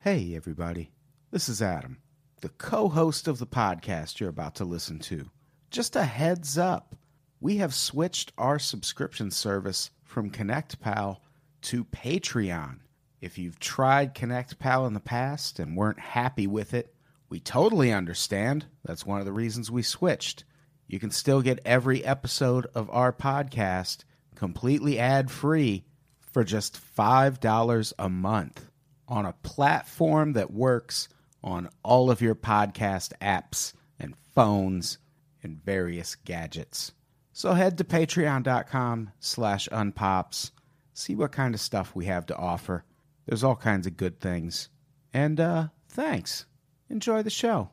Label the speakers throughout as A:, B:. A: Hey, everybody. This is Adam, the co host of the podcast you're about to listen to. Just a heads up we have switched our subscription service from ConnectPal to Patreon. If you've tried ConnectPal in the past and weren't happy with it, we totally understand. That's one of the reasons we switched. You can still get every episode of our podcast completely ad free for just $5 a month on a platform that works on all of your podcast apps and phones and various gadgets. So head to patreon.com slash unpops, see what kind of stuff we have to offer. There's all kinds of good things. And uh, thanks. Enjoy the show.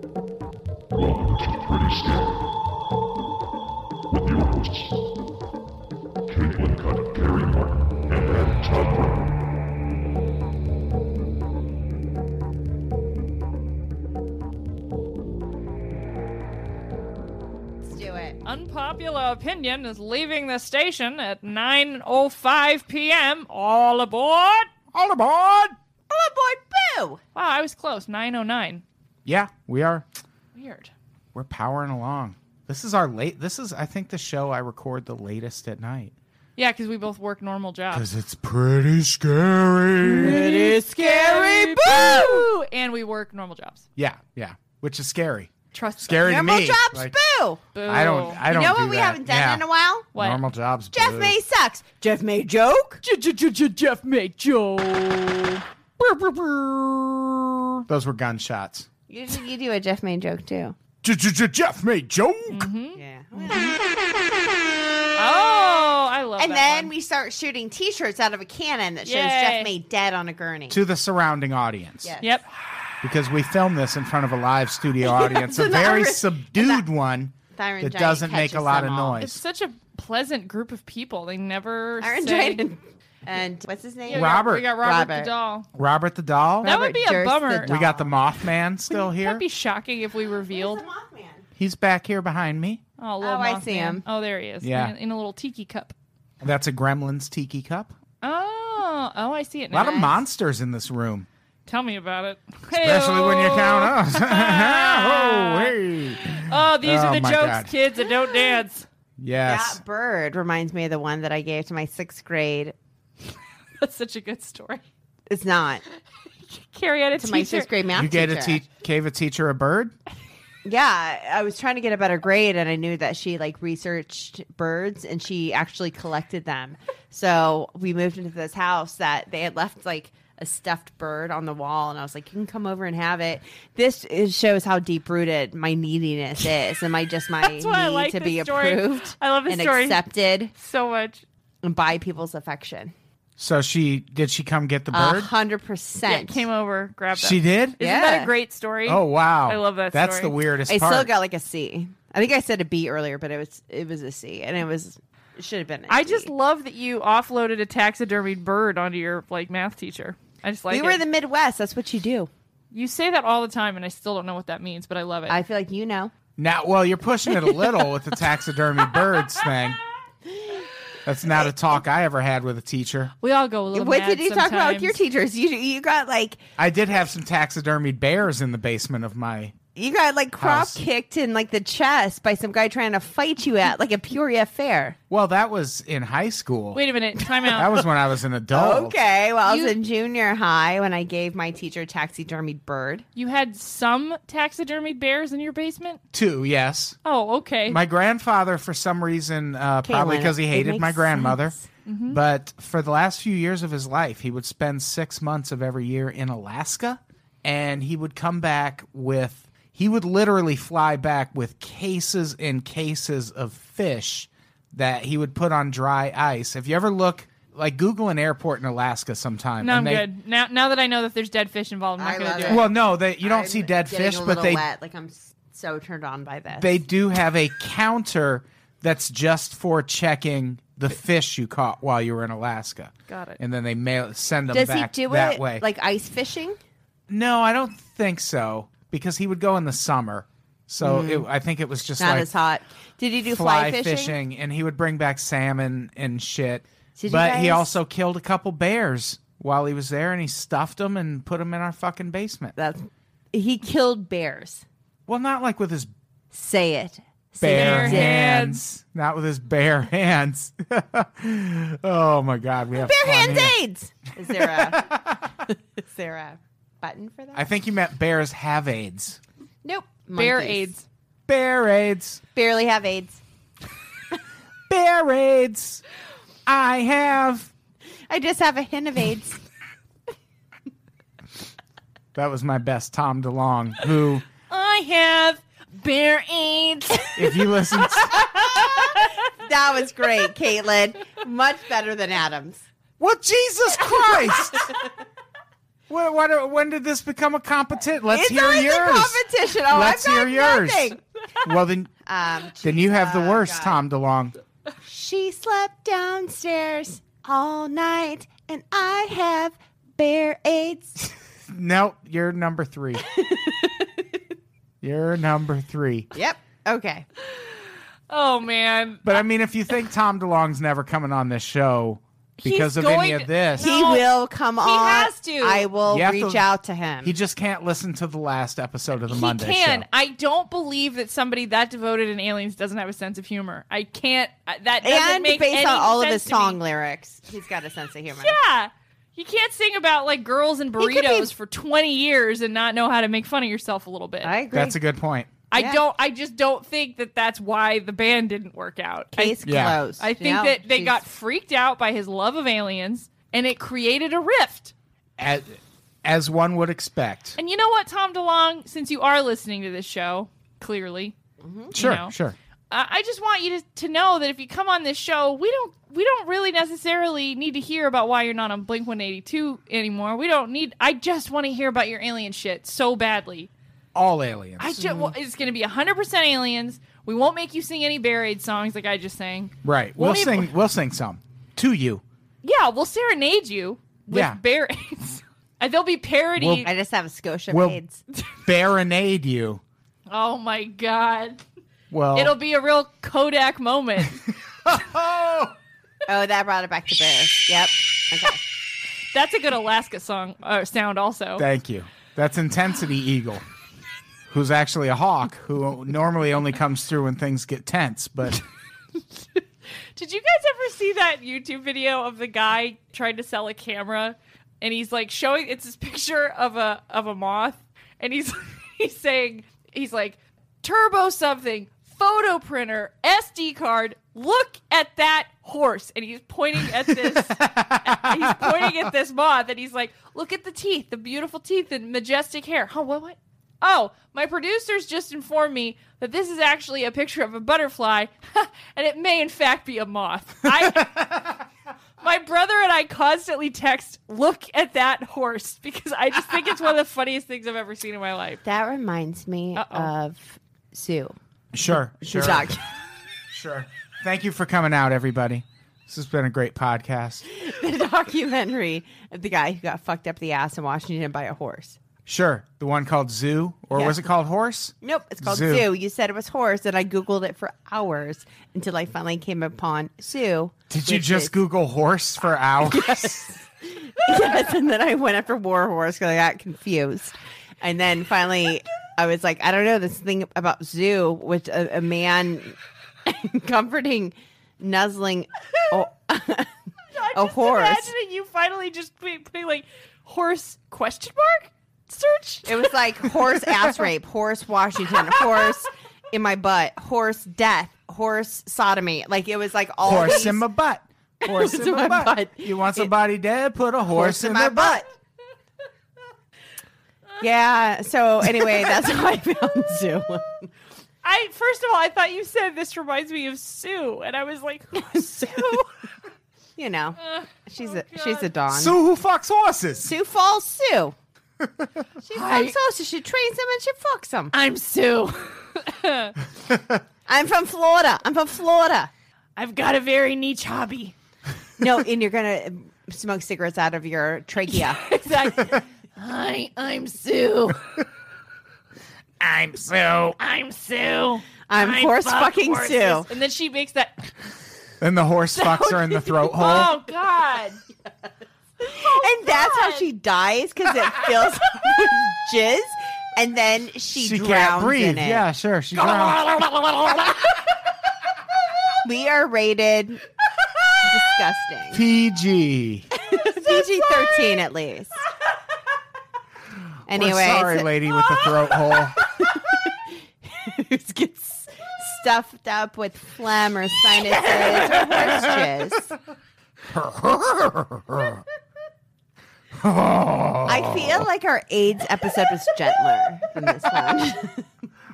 B: Welcome to the Pretty Scary with your hosts, Caitlin Cutt, Gary Martin, and Adam Todd Brown.
C: Let's do it.
D: Unpopular opinion is leaving the station at 9:05 p.m. All aboard!
A: All aboard!
C: Oh boy, boo!
D: Wow, I was close. 9:09.
A: Yeah, we are.
D: Weird.
A: We're powering along. This is our late. This is, I think, the show I record the latest at night.
D: Yeah, because we both work normal jobs.
A: it's pretty scary.
D: Pretty scary, boo! And we work normal jobs.
A: Yeah, yeah, which is scary.
D: Trust me.
A: Scary to
C: Normal
A: me.
C: jobs,
A: Like,
C: boo!
D: Boo.
A: I don't. I
C: You
A: don't.
C: know what
A: do
C: we
A: that.
C: haven't done
A: Yeah.
C: in a while?
D: What?
A: Normal jobs.
C: Jeff
A: boo.
C: May sucks. Jeff May joke.
D: Jeff May Joe. Brr, brr, brr.
A: Those were gunshots.
C: You, you do a Jeff May joke too.
A: Jeff May joke.
C: Yeah.
D: Oh, I love
C: And
D: that
C: then
D: one.
C: we start shooting T-shirts out of a cannon that shows
D: Yay.
C: Jeff May dead on a gurney.
A: To the surrounding audience,
C: Yes.
D: Yep.
A: because we filmed this in front of a live studio audience, a
C: and the
A: very
C: Irish-
A: subdued one
C: Thyron
A: that
C: Giant
A: doesn't make a
C: catches
A: lot of
C: them all.
D: It's
A: noise.
D: such a pleasant group of people. They never
C: Iron
D: say...
C: Giant and what's his
D: Yeah, we
C: name?
D: got-
A: Robert.
D: We got Robert, the
C: Robert.
D: doll.
A: Robert the doll.
D: That would be a
C: Durst the
D: bummer.
C: doll.
A: we got the Mothman still here.
D: That'd be shocking if we revealed.
A: He's back here behind me.
D: Oh, little
C: Oh, I
D: Mothman.
C: see him.
D: Oh, there he is.
A: Yeah.
D: In, in a little tiki cup.
A: That's a Gremlins tiki cup.
D: Oh, oh, I see it
A: A
D: now.
A: lot of monsters in this room,
D: Tell me about it.
A: especially when you
D: Hey-oh.
A: count us. oh, hey.
D: Oh, these
A: Oh,
D: are the
A: my
D: jokes,
A: God.
D: kids, that don't dance.
A: Yes.
C: That bird reminds me of the one that I gave to my sixth grade.
D: That's such a good story.
C: It's not
D: Carrie had a
C: to
D: teacher.
C: my sixth grade math
A: you gave a,
C: teacher.
A: te- gave a teacher a bird?
C: Yeah, I was trying to get a better grade, and I knew that she like researched birds and she actually collected them. So we moved into this house that they had left like a stuffed bird on the wall, and I was like, "You can come over and have it." This is, shows how deep rooted my neediness is, and my just my need
D: That's why I like
C: to
D: this
C: be
D: story.
C: approved
D: I love this
C: and
D: story.
C: accepted
D: So much.
C: by people's affection.
A: So she did she come get the
C: A
A: bird?
C: hundred
D: Yeah,
C: percent.
D: came over, grabbed
A: She
D: them.
A: did?
D: Isn't
C: Yeah.
D: that a great story?
A: Oh wow.
D: I love that
A: That's
D: story.
A: the weirdest
C: I
A: part.
C: still got like a C. I think I said a B earlier, but it was it was a C, and it was it should have been. I
D: I just love that you offloaded a taxidermied bird onto your like math teacher. I just like
C: we were
D: it.
C: in the Midwest. That's what you do.
D: You say that all the time, and I still don't know what that means, but I love it.
C: I feel like you know.
A: now well, you're pushing it a little with the taxidermy birds thing. That's not a talk I ever had with a teacher.
D: we all go a little
C: what
D: mad
C: did you talk about with your
D: sometimes.
C: teachers? You you got like
A: I did have some taxidermied bears in the basement of my
C: you got like crop
A: House.
C: kicked in like the chest by some guy trying to fight you at like a Peoria fair.
A: Well, that was in high school.
D: Wait a minute. Time
A: that
D: out.
A: was when I was an adult.
C: Okay, well I was
D: You-
C: in junior high when I gave my teacher a taxidermied bird.
D: you had some taxidermied bears in your basement?
A: Two, yes.
D: Oh, okay.
A: My grandfather, for some reason, uh, probably
C: Caitlin,
A: because he
C: it
A: hated
C: makes
A: my grandmother,
C: sense. Mm-hmm.
A: but for the last few years of his life, he would spend six months of every year in Alaska, and he would come back with. He would literally fly back with cases and cases of fish that he would put on dry ice. If you ever look, like Google an airport in Alaska sometime.
D: No,
A: and
D: I'm
A: they-
D: good. Now, now that I know that there's dead fish involved, I'm
C: I
D: not
C: love
D: going to
C: it.
D: do it.
A: Well, no, they, you don't
C: I'm
A: see dead
C: getting
A: fish,
C: a
A: but
C: little
A: they
C: wet. like I'm s- so turned on by this.
A: they do have a counter that's just for checking the fish you caught while you were in Alaska.
D: Got it.
A: And then they mail send them
C: Does he
A: back
C: do
A: that
C: it
A: way.
C: like ice fishing?
A: no, I don't think so because he would go in the summer. So it, I think it was just
C: Mm. Not
A: like
C: as hot. Did he do
A: fly,
C: fly,
A: fishing? and he would bring back salmon and shit.
C: Did you
A: but he
C: guys-
A: also killed a couple bears while he was there, and he stuffed them and put them in our fucking basement.
C: That's he killed bears.
A: Well, not like with his
C: Say it. Say
A: bare
D: Bare
A: hands.
D: hands.
A: not with his bare hands. oh my god, we have
C: it. Bare
A: fun
C: hands
A: here.
C: AIDS. Is there a is there a button for that?
A: I think you meant bears have AIDS.
C: nope.
D: Bear
C: Monkeys.
D: AIDS.
A: Bear AIDS.
C: Barely have AIDS.
A: Bear AIDS. I have.
C: I just have a hint of AIDS.
A: That was my best Tom DeLong, who,
D: I have bear AIDS.
A: if you listen, to,
C: that was great, Caitlin. Much better than Adams.
A: well, Jesus Christ. When, when, when did this become a competition? Let's
C: It's
A: hear
C: always a
A: yours.
C: competition. Oh,
A: Let's
C: I've
A: hear
C: got
A: yours.
C: nothing.
A: Well, then,
C: Um,
A: then you have the
C: Oh,
A: worst, Tom
C: God.
A: DeLong.
C: She slept downstairs all night, and I have bear AIDS.
A: Nope, you're number three. you're number three.
C: yep. Okay.
D: oh man.
A: But I mean, if you think Tom DeLong's never coming on this show because
D: He's
A: of any
D: going
A: of
D: to-
A: this,
C: He
D: No,
C: will come on.
D: has to.
C: I will
A: You have
C: reach
A: to-
C: out to him.
A: he just can't listen to the last episode of the Monday
D: he can.
A: show.
D: I don't believe that somebody that devoted in Aliens doesn't have a sense of humor. I can't. I- That doesn't
C: and
D: make
C: based
D: any
C: on all of
D: sense
C: his
D: to
C: song
D: me.
C: lyrics, he's got a sense of humor.
D: Yeah. You can't sing about like girls and
C: could be-
D: burritos for 20 years and not know how to make fun of yourself a little bit.
C: I agree.
A: That's a good point.
D: I
C: yeah.
D: don't. I just don't think that that's why the band didn't work out. I-
C: Case
A: Yeah.
C: closed.
D: I think
C: No,
D: that they
C: she's-
D: got freaked out by his love of aliens and it created a rift.
A: As, as one would expect.
D: And you know what, Tom DeLong, since you are listening to this show, clearly,
A: Sure,
D: know.
A: sure.
D: I I just want you to, to know that if you come on this show, we don't we don't really necessarily need to hear about why you're not on Blink 182 anymore. We don't need. I just want to hear about your alien shit so badly.
A: All aliens.
D: I just well, it's going to be 100% aliens. We won't make you sing any buried songs like I just sang.
A: right. We'll,
D: Well, maybe-
A: sing. We'll sing some to you.
D: Yeah, we'll serenade you with
A: Yeah.
D: buried. and there'll be parody.
A: We'll-
C: I just have a Scotia
A: We'll-
C: AIDS.
A: Baronade you.
D: oh my god.
A: Well,
D: It'll be a real Kodak moment.
A: oh,
C: Oh, that brought it back to bears. Yep. Okay.
D: That's a good Alaska song uh, sound also.
A: thank you. That's intensity eagle, who's actually a hawk who normally only comes through when things get tense, but.
D: Did you guys ever see that YouTube video of the guy trying to sell a camera and he's like showing it's this picture of a of a moth and he's he's saying he's like turbo something photo printer SD card look at that horse and he's pointing at this he's pointing at this moth and he's like look at the teeth the beautiful teeth and majestic hair huh what what Oh, my producers just informed me that this is actually a picture of a butterfly, and it may in fact be a moth. I, my brother and I constantly text, "Look at that horse," because I just think it's one of the funniest things I've ever seen in my life.
C: That reminds me
D: Uh-oh.
C: of Sue.
A: Sure, sure,
C: The dog.
A: sure. Thank you for coming out, everybody. This has been a great podcast.
C: the documentary of the guy who got fucked up the ass in Washington by a horse.
A: Sure, the one called Zoo, or was
C: Yeah.
A: it called Horse?
C: Nope, it's called
A: Zoo.
C: Zoo. You said it was horse, and I Googled it for hours until I finally came upon Sue.
A: Did you
C: which
A: just
C: is-
A: Google horse for hours?
C: yes, and then I went after war horse because I got confused. And then finally, I was like, I don't know this thing about zoo, which a, a man comforting, nuzzling oh, a, a horse.
D: Imagine you finally just putting like horse question mark search.
C: It was like horse ass rape, horse Washington, horse in my butt, horse death, horse sodomy. Like it was like all
A: Horse
C: these-
A: in my butt. Horse in my butt. You want somebody dead? Put a horse,
C: horse in my butt. Yeah. So anyway, that's how I found Zoo.
D: I first of all, I thought you said this reminds me of Sue, and I was like, who's Sue?
C: You know,
D: Uh,
C: she's
D: oh,
C: a she's a
D: God.
C: don.
A: Sue who fucks horses.
C: Sue Falls Sue. she fucks horses. She trains them and she fucks them.
D: I'm Sue.
C: I'm from Florida. I'm from Florida.
D: I've got a very niche hobby.
C: No, and you're gonna um, smoke cigarettes out of your trachea.
D: Exactly. Hi, I'm Sue.
A: I'm Sue.
D: I'm Sue.
C: I'm
D: I
C: horse
D: fuck
C: fucking
D: horses.
C: Sue.
D: And then she makes that.
A: And the horse fucks her in the throat hole.
D: Oh God!
A: Oh,
C: and that's how
D: God.
C: she dies because it fills with jizz, and then she,
A: She
C: drowns
A: can't breathe.
C: in it.
A: Yeah, sure. She drowns.
C: We are rated disgusting.
A: PG.
C: PG thirteen at least. Anyway,
A: We're sorry, lady with the throat hole.
C: gets stuffed up with phlegm or sinuses or horse jizz. I feel like our AIDS episode was gentler than this one.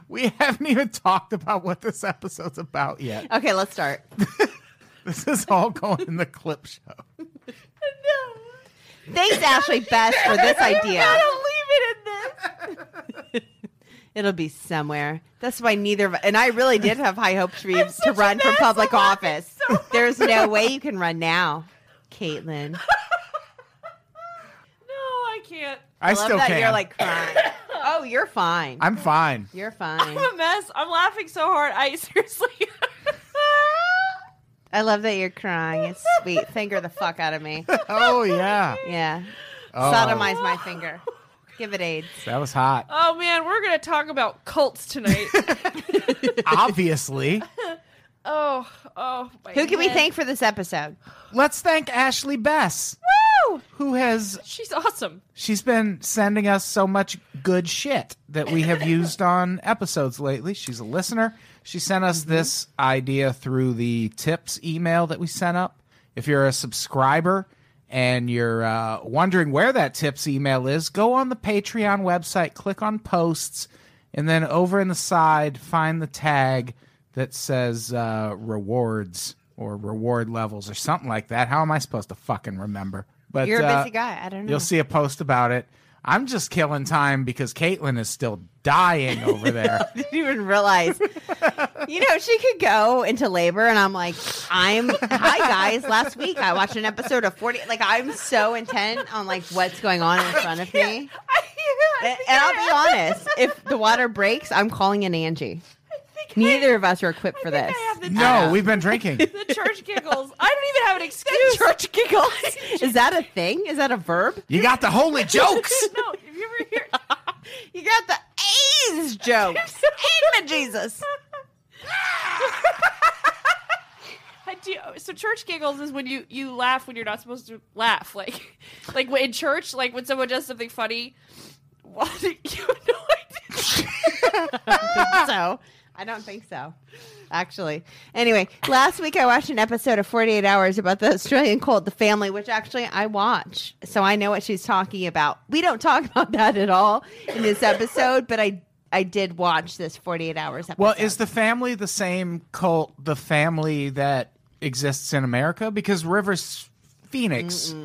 A: We haven't even talked about what this episode's about yet.
C: okay, let's start.
A: This is all going in the clip show.
C: Thanks, Ashley Best, for this idea.
D: Gotta leave it in this.
C: It'll be somewhere. That's why neither of and I really did have high hopes for you to run for public office. There's no way you can run now, Caitlin.
D: No, I can't.
A: I,
C: love
A: still
C: that
A: can.
C: you're like crying. Oh, you're fine.
A: I'm fine.
C: you're fine.
D: I'm a mess. I'm laughing so hard. I seriously.
C: I love that you're crying. It's sweet. Finger the fuck out of me.
A: Oh yeah,
C: Yeah.
A: Oh.
C: Sodomize my finger. Give it AIDS.
A: that was hot.
D: oh man, we're gonna talk about cults tonight.
A: Obviously,
D: oh, oh. My
C: Who can we
D: head.
C: thank for this episode?
A: let's thank Ashley Bess,
D: Woo!
A: who has
D: She's awesome.
A: she's been sending us so much good shit that we have used on episodes lately. She's a listener. She sent us
C: Mm-hmm.
A: this idea through the tips email that we sent up. If you're a subscriber and you're uh, wondering where that tips email is, go on the Patreon website, click on posts, and then over in the side, find the tag that says uh, rewards or reward levels or something like that. How am I supposed to fucking remember? But
C: You're a
A: uh,
C: busy guy. I don't know.
D: Mm.
A: You'll see a post about it. I'm just killing time because Caitlin is still dying over there.
C: didn't even realize. You know, she could go into labor, and I'm like, I'm. Hi guys, last week I watched an episode of Forty. Like I'm so intent on like what's going on in front of me.
D: I,
C: And, and I'll be honest, if the water breaks, I'm calling in Angie. Neither of us are equipped for this.
D: I have the,
A: no, we've been drinking.
D: the church giggles. I don't even have an excuse.
C: Church giggles. Is that a thing? Is that a verb?
A: You got the holy jokes.
D: No, if you ever hear.
C: You got the A's jokes. Amen, Jesus.
D: I do, so church giggles is when you you laugh when you're not supposed to laugh, like like when- in church, like when someone does something funny. Well, you have no idea.
C: so. I don't think so, actually. Anyway, last week I watched an episode of 48 Hours about the Australian cult, The Family, which actually I watch. So I know what she's talking about. We don't talk about that at all in this episode, but I I did watch this 48 Hours episode.
A: Well, is the family the same cult, the family that exists in America? Because Rivers Phoenix,
D: No,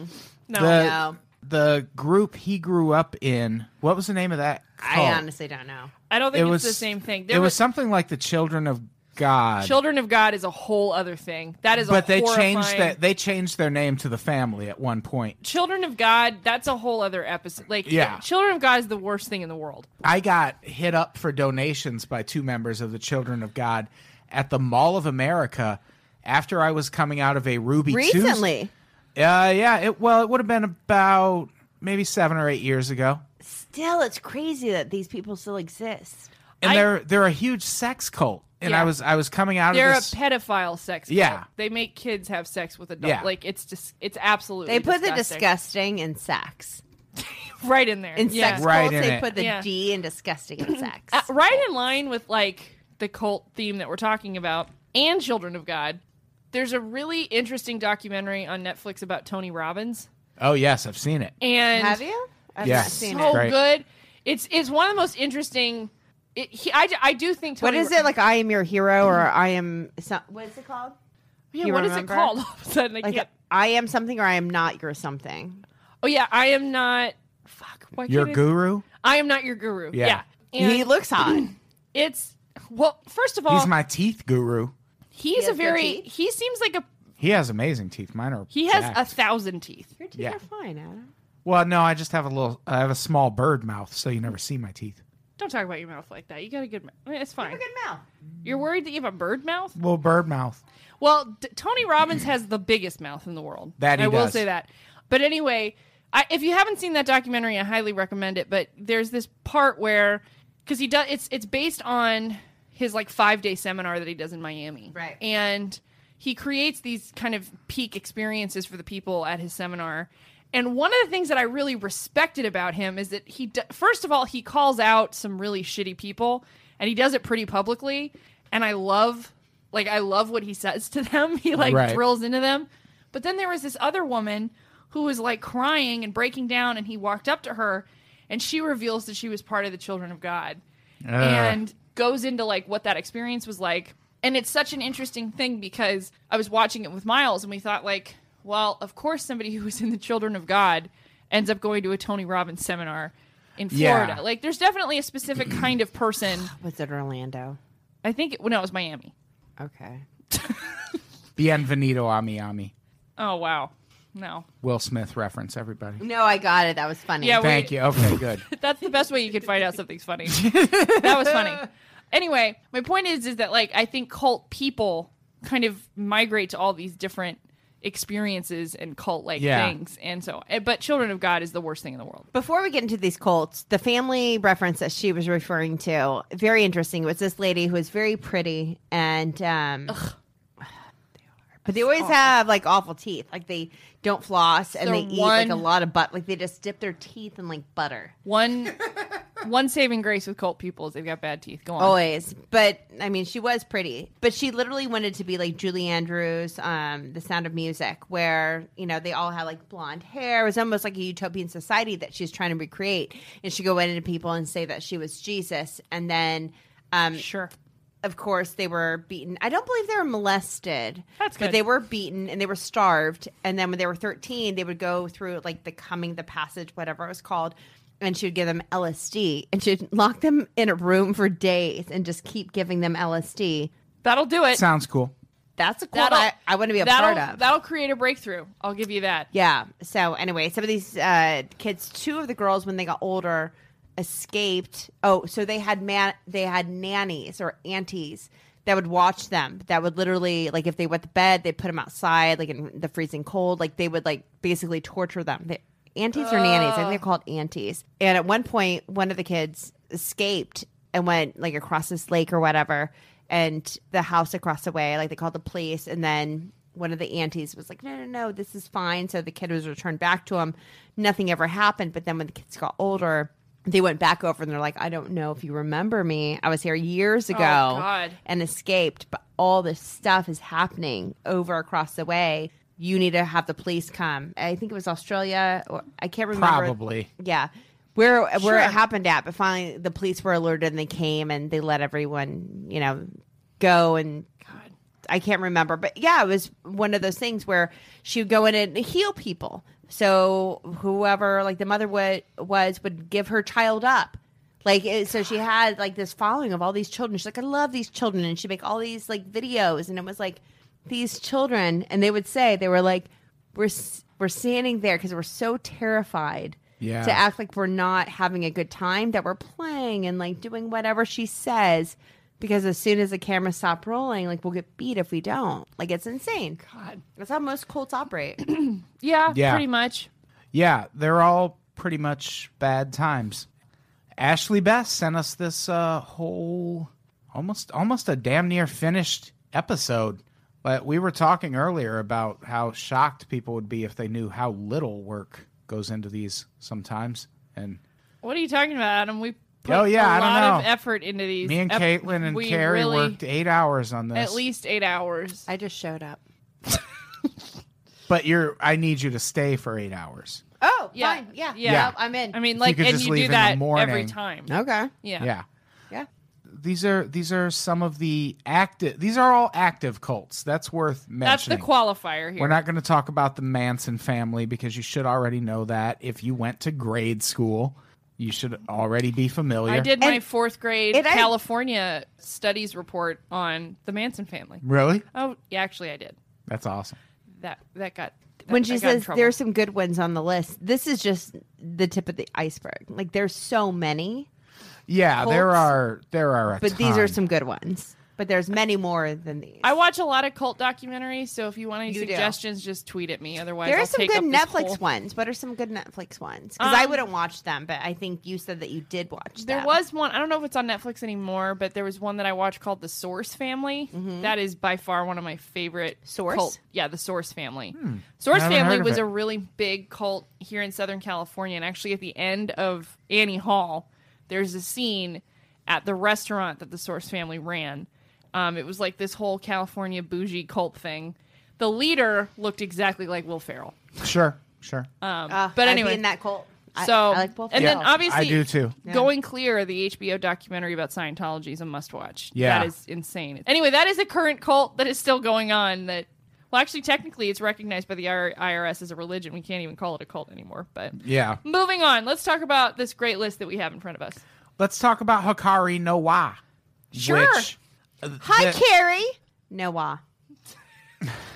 A: the,
C: No.
A: the group he grew up in, what was the name of that?
C: I
A: cult?
C: honestly don't know.
D: I don't think
A: it was
D: it's the same thing.
A: it
D: There
A: was,
D: was,
A: something like the Children of God.
D: Children of God is a whole other thing. That is,
A: but
D: a
A: they changed
D: horrifying-
A: that. They changed their name to the family at one point.
D: Children of God. That's a whole other episode. Like,
A: Yeah.
D: Children of God is the worst thing in the world.
A: I got hit up for donations by two members of the Children of God at the Mall of America after I was coming out of a Ruby Tues-
C: Recently,
A: Uh, yeah, it, well, it would have been about maybe seven or eight years ago.
C: still, it's crazy that these people still exist.
A: And
D: I-
A: they're they're a huge sex cult. And
D: Yeah.
A: I was I was coming out
D: They're
A: of
D: a
A: this.
D: pedophile sex. cult.
A: Yeah.
D: they make kids have sex with adults.
A: Yeah.
D: Like it's just it's absolutely
C: They put the
D: disgusting.
C: disgusting in sex.
D: right in there
C: In
D: Yeah.
C: sex
A: Right
C: cults,
A: in
C: they
A: it.
C: put the
D: Yeah.
C: D in disgusting in sex.
D: Uh, right in line with like the cult theme that we're talking about and Children of God. There's a really interesting documentary on Netflix about Tony Robbins,
A: oh yes, I've seen it.
D: and
C: Have you? I've
A: Yeah.
C: not seen
D: so
C: it.
A: Great.
D: good. It's it's one of the most interesting It, he, I, d- I do think.
C: What
D: Tony-
C: is it like? I am your hero, or I am. Some, what is it called?
D: Yeah,
C: You
D: what is
C: remember?
D: it called? All of a sudden, I
C: Like
D: can't.
C: I am something, or I am not your something.
D: Oh yeah, I am not. Fuck. Why
A: Your
D: can't I-
A: guru?
D: I am not your guru.
A: Yeah.
D: Yeah. And
C: he looks hot.
D: it's well. First of all,
A: He's my teeth guru.
D: he's
C: He
D: a
C: has good
D: very.
C: teeth?
D: He seems like a.
A: He has amazing teeth. Mine are.
D: He has a
A: jacked.
D: thousand teeth.
C: Your teeth
A: Yeah.
C: are fine, Adam.
A: well, no, I just have a little. I have a small bird mouth, so you never see my teeth.
D: Don't talk about your mouth like that. You got a good. mouth. It's fine.
C: Have a good mouth.
D: You're worried that you have a bird mouth.
A: Little bird mouth.
D: Well, D- Tony Robbins has the biggest mouth in the world.
A: That he
D: I will
A: does.
D: say that. But anyway, I, if you haven't seen that documentary, I highly recommend it. But there's this part where because he does it's it's based on his like five day seminar that he does in Miami,
C: Right.
D: And he creates these kind of peak experiences for the people at his seminar. And one of the things that I really respected about him is that he, d- first of all, he calls out some really shitty people, and he does it pretty publicly. And I love like I love what he says to them. He like
A: Right.
D: drills into them. But then there was this other woman who was like crying and breaking down and he walked up to her and she reveals that she was part of the children of God and goes into like what that experience was like. And it's such an interesting thing because I was watching it with Miles and we thought like, well, of course somebody who was in the children of God ends up going to a Tony Robbins seminar in
A: Yeah.
D: Florida. Like there's definitely a specific kind of person.
C: Was it Orlando?
D: I think it, no, it was Miami.
C: Okay.
A: Bienvenido Ami Ami.
D: Oh wow. No.
A: Will Smith reference, everybody.
C: No, I got it. That was funny.
D: Yeah,
A: Thank
D: we-
A: you. Okay, good.
D: That's the best way you could find out something's funny. that was funny. Anyway, my point is is that like I think cult people kind of migrate to all these different experiences and cult like
A: Yeah.
D: things. And so eh, but Children of God is the worst thing in the world.
C: Before we get into these cults, the family reference that she was referring to, very interesting. It was this lady who was very pretty and um but they always have like awful teeth. Like they don't floss and
D: So
C: they eat like a
D: one-
C: lot of butt like they just dip their teeth in like butter.
D: One one saving grace with cult people is they've got bad teeth. Go on.
C: Always. But I mean she was pretty. But she literally wanted to be like Julie Andrews, um, The Sound of Music, where, you know, they all had like blonde hair. It was almost like a utopian society that she's trying to recreate. And she'd go into people and say that she was Jesus and then um,
D: Sure.
C: of course they were beaten i don't believe they were molested
D: That's
C: but
D: good.
C: they were beaten and they were starved and then when they were 13 they would go through like the coming the passage whatever it was called and she would give them lsd and she'd lock them in a room for days and just keep giving them lsd
D: That'll do it.
A: Sounds cool.
C: that's a cool
D: That'll-
C: i, I want to be a
D: that'll,
C: part of
D: That'll create a breakthrough. I'll give you that.
C: yeah so anyway some of these uh, kids two of the girls when they got older escaped oh so they had man they had nannies or aunties that would watch them that would literally like if they went to bed they put them outside like in the freezing cold like they would like basically torture them they, aunties or nannies i think they're called aunties and at one point one of the kids escaped and went like across this lake or whatever and the house across the way like they called the police and then one of the aunties was like no no no this is fine so the kid was returned back to him nothing ever happened but then when the kids got older they went back over and they're like i don't know if you remember me i was here years ago
D: God.
C: and escaped but all this stuff is happening over across the way you need to have the police come i think it was australia or i can't remember
A: Probably.
C: yeah. Where where
D: Sure.
C: it happened at, but finally the police were alerted and they came and they let everyone, you know, go and I can't remember, but yeah, it was one of those things where she would go in and heal people. So whoever like the mother would was would give her child up. Like it, so she had like this following of all these children. She's like, I love these children and she'd make all these like videos and it was like these children and they would say they were like we're s- we're standing there because we're so terrified
A: Yeah.
C: to act like we're not having a good time that we're playing and like doing whatever she says because as soon as the camera stop rolling like we'll get beat if we don't like it's insane
D: God.
C: that's how most cults operate
D: Yeah,
A: Yeah.
D: pretty much.
A: Yeah, they're all pretty much bad times. Ashley Bess sent us this uh, whole almost almost a damn near finished episode. But we were talking earlier about how shocked people would be if they knew how little work goes into these sometimes. And
D: What are you talking about, Adam? We put
A: Oh, yeah,
D: a
A: I don't
D: lot of
A: know.
D: effort into these.
A: me and
D: Ep-
A: Caitlin and
D: we
A: Carrie
D: really-
A: worked eight hours on this.
D: at least eight hours.
C: i just showed up
A: but you're I need you to stay for eight hours.
C: oh
D: Yeah.
C: fine yeah
D: Yeah.
C: No, i'm in
D: I mean,
A: If
D: like,
A: you could
D: and
A: just
D: you
A: leave
D: do
A: in the
D: that every
A: morning.
D: time.
C: okay
D: Yeah.
A: yeah.
C: yeah
A: these are these are some of the active. These are all active cults. That's worth
D: That's the
A: mentioning.
D: qualifier here.
A: We're not going to talk about the Manson family because you should already know that. If you went to grade school, you should already be familiar.
D: I did my fourth grade
C: and I-
D: California studies report on the Manson family.
A: Really?
D: Oh, yeah, actually, I did.
A: That's awesome.
D: That that got that,
C: when
D: I
C: she
D: got in
C: says
D: trouble.
C: there are some good ones on the list, this is just the tip of the iceberg. Like there's so many,
A: Yeah, there
C: Cults.
A: are there are a
C: but these are
A: ton.
C: some good ones. But there's many more than these.
D: I watch a lot of cult documentaries, so if you want any
C: You do.
D: suggestions, just tweet at me. Otherwise,
C: there
D: I'll
C: are some
D: take
C: good
D: up this
C: Netflix
D: whole-
C: ones. What are some good Netflix ones? Because I
D: Um,
C: wouldn't watch them, but I think you said that you did watch.
D: There
C: them.
D: was one. I don't know if it's on Netflix anymore, but there was one that I watched called The Source Family. That is by far one of my favorite
C: Mm-hmm. Source?
D: Cult. Yeah, The Source Family. Source
A: Hmm. haven't
D: Family
A: heard of
D: was
A: it.
D: a really big cult here in Southern California, and actually at the end of Annie Hall, there's a scene at the restaurant that the Source Family ran. Um, it was like this whole California bougie cult thing. The leader looked exactly like Will Ferrell.
A: Sure, sure.
D: Um,
C: Uh,
D: but
C: I'd be
D: anyway,
C: in that cult. I-
D: so
C: I like both
D: and
C: of
D: then
C: those.
D: obviously
A: I do too.
D: Going Clear, the HBO documentary about Scientology is a must watch.
A: Yeah.
D: That is insane. Anyway, that is a current cult that is still going on that well actually technically it's recognized by the IR- IRS as a religion. We can't even call it a cult anymore, but
A: Yeah.
D: Moving on, let's talk about this great list that we have in front of us.
A: Let's talk about Hikari no Wa.
D: Sure.
A: Which, uh,
C: Hi,
A: that-
C: Carrie. Noah.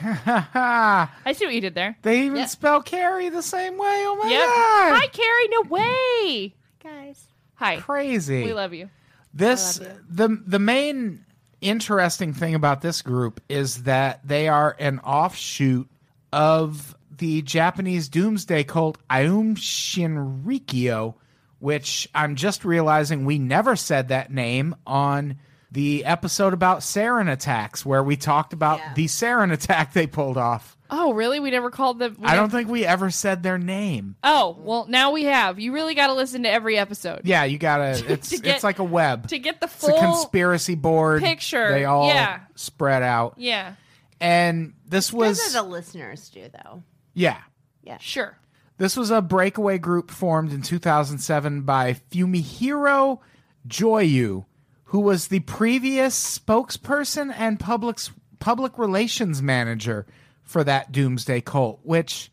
D: I see what you did there.
A: they even
D: Yeah.
A: spell Carrie the same way. Oh my
D: Yep.
A: god.
D: Hi, Carrie. No way.
C: Guys.
D: Hi.
A: Crazy.
D: We love you.
A: this the the main interesting thing about this group is that they are an offshoot of the Japanese doomsday cult Aum Shinrikyo, which I'm just realizing we never said that name on the episode about sarin attacks where we talked about
C: Yeah.
A: the sarin attack they pulled off.
D: Oh, really? We never called them.
A: I don't think we ever said their name.
D: Oh, well, now we have. You really got to listen to every episode.
A: Yeah, you gotta. It's
D: get-
A: it's like a web.
D: To get the
A: it's a
D: full
A: conspiracy board
D: picture,
A: They all
D: yeah.
A: spread out.
D: Yeah.
A: and this
C: Those
A: was
C: are the listeners do though.
A: yeah
D: Sure.
A: this was a breakaway group formed in 2007 by fumihiro joyu who was the previous spokesperson and public public relations manager for that doomsday cult which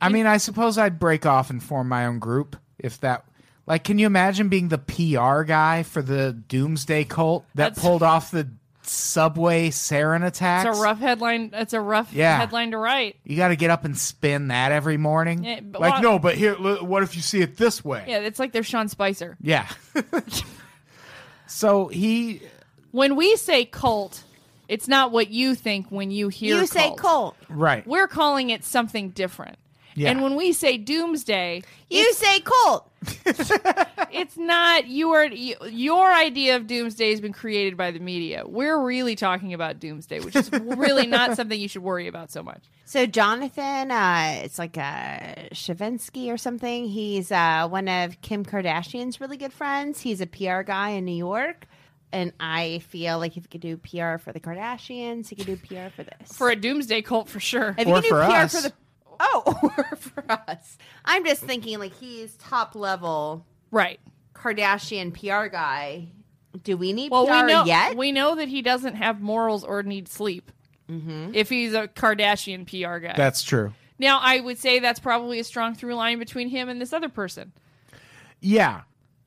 A: i mean i suppose i'd break off and form my own group if that like can you imagine being the pr guy for the doomsday cult that
D: That's-
A: pulled off the subway sarin attacks
D: It's a rough headline. It's a rough
A: Yeah.
D: headline to write.
A: You got to get up and spin that every morning.
D: Yeah, but
A: like,
D: why-
A: no, but here, l- what if you see it this way?
D: Yeah, it's like they're Sean Spicer.
A: Yeah. so he,
D: When we say cult, it's not what you think when you hear.
C: you say cult.
A: right.
D: We're calling it something different.
A: Yeah.
D: And when we say doomsday,
C: You say cult.
D: it's not your your idea of doomsday has been created by the media. We're really talking about doomsday, which is really not something you should worry about so much.
C: So Jonathan, uh, it's like a Shavinsky or something. He's uh, one of Kim Kardashian's really good friends. He's a PR guy in New York, and I feel like if you could do PR for the Kardashians, you could do PR for this.
D: For a doomsday cult, for sure.
C: if
A: Or
C: you could do
A: for
C: PR
A: us.
C: for the oh, or for us. I'm just thinking like he's top level
D: Right.
C: Kardashian PR guy. Do we need
D: Well,
C: PR
D: we know
C: yet?
D: we know that he doesn't have morals or need sleep. If he's a Kardashian PR guy,
A: That's true.
D: now I would say that's probably a strong through line between him and this other person.
A: Yeah.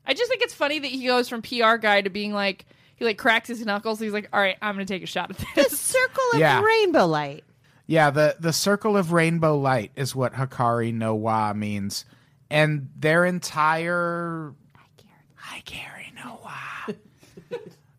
D: I just think it's funny that he goes from PR guy to being like he like cracks his knuckles. He's like, all right, I'm gonna take a shot at
C: the
D: this.
C: circle of
A: Yeah.
C: the rainbow light.
A: Yeah. The, the circle of rainbow light is what Hakari no wa means. And their entire. Hi, Carrie no wa.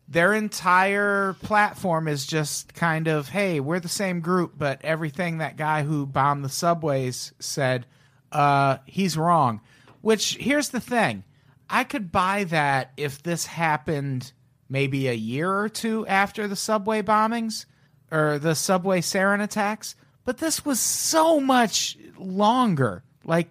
A: Their entire platform is just kind of, hey, we're the same group, but everything that guy who bombed the subways said, uh, he's wrong. Which, here's the thing I could buy that if this happened maybe a year or two after the subway bombings or the subway sarin attacks, but this was so much longer, like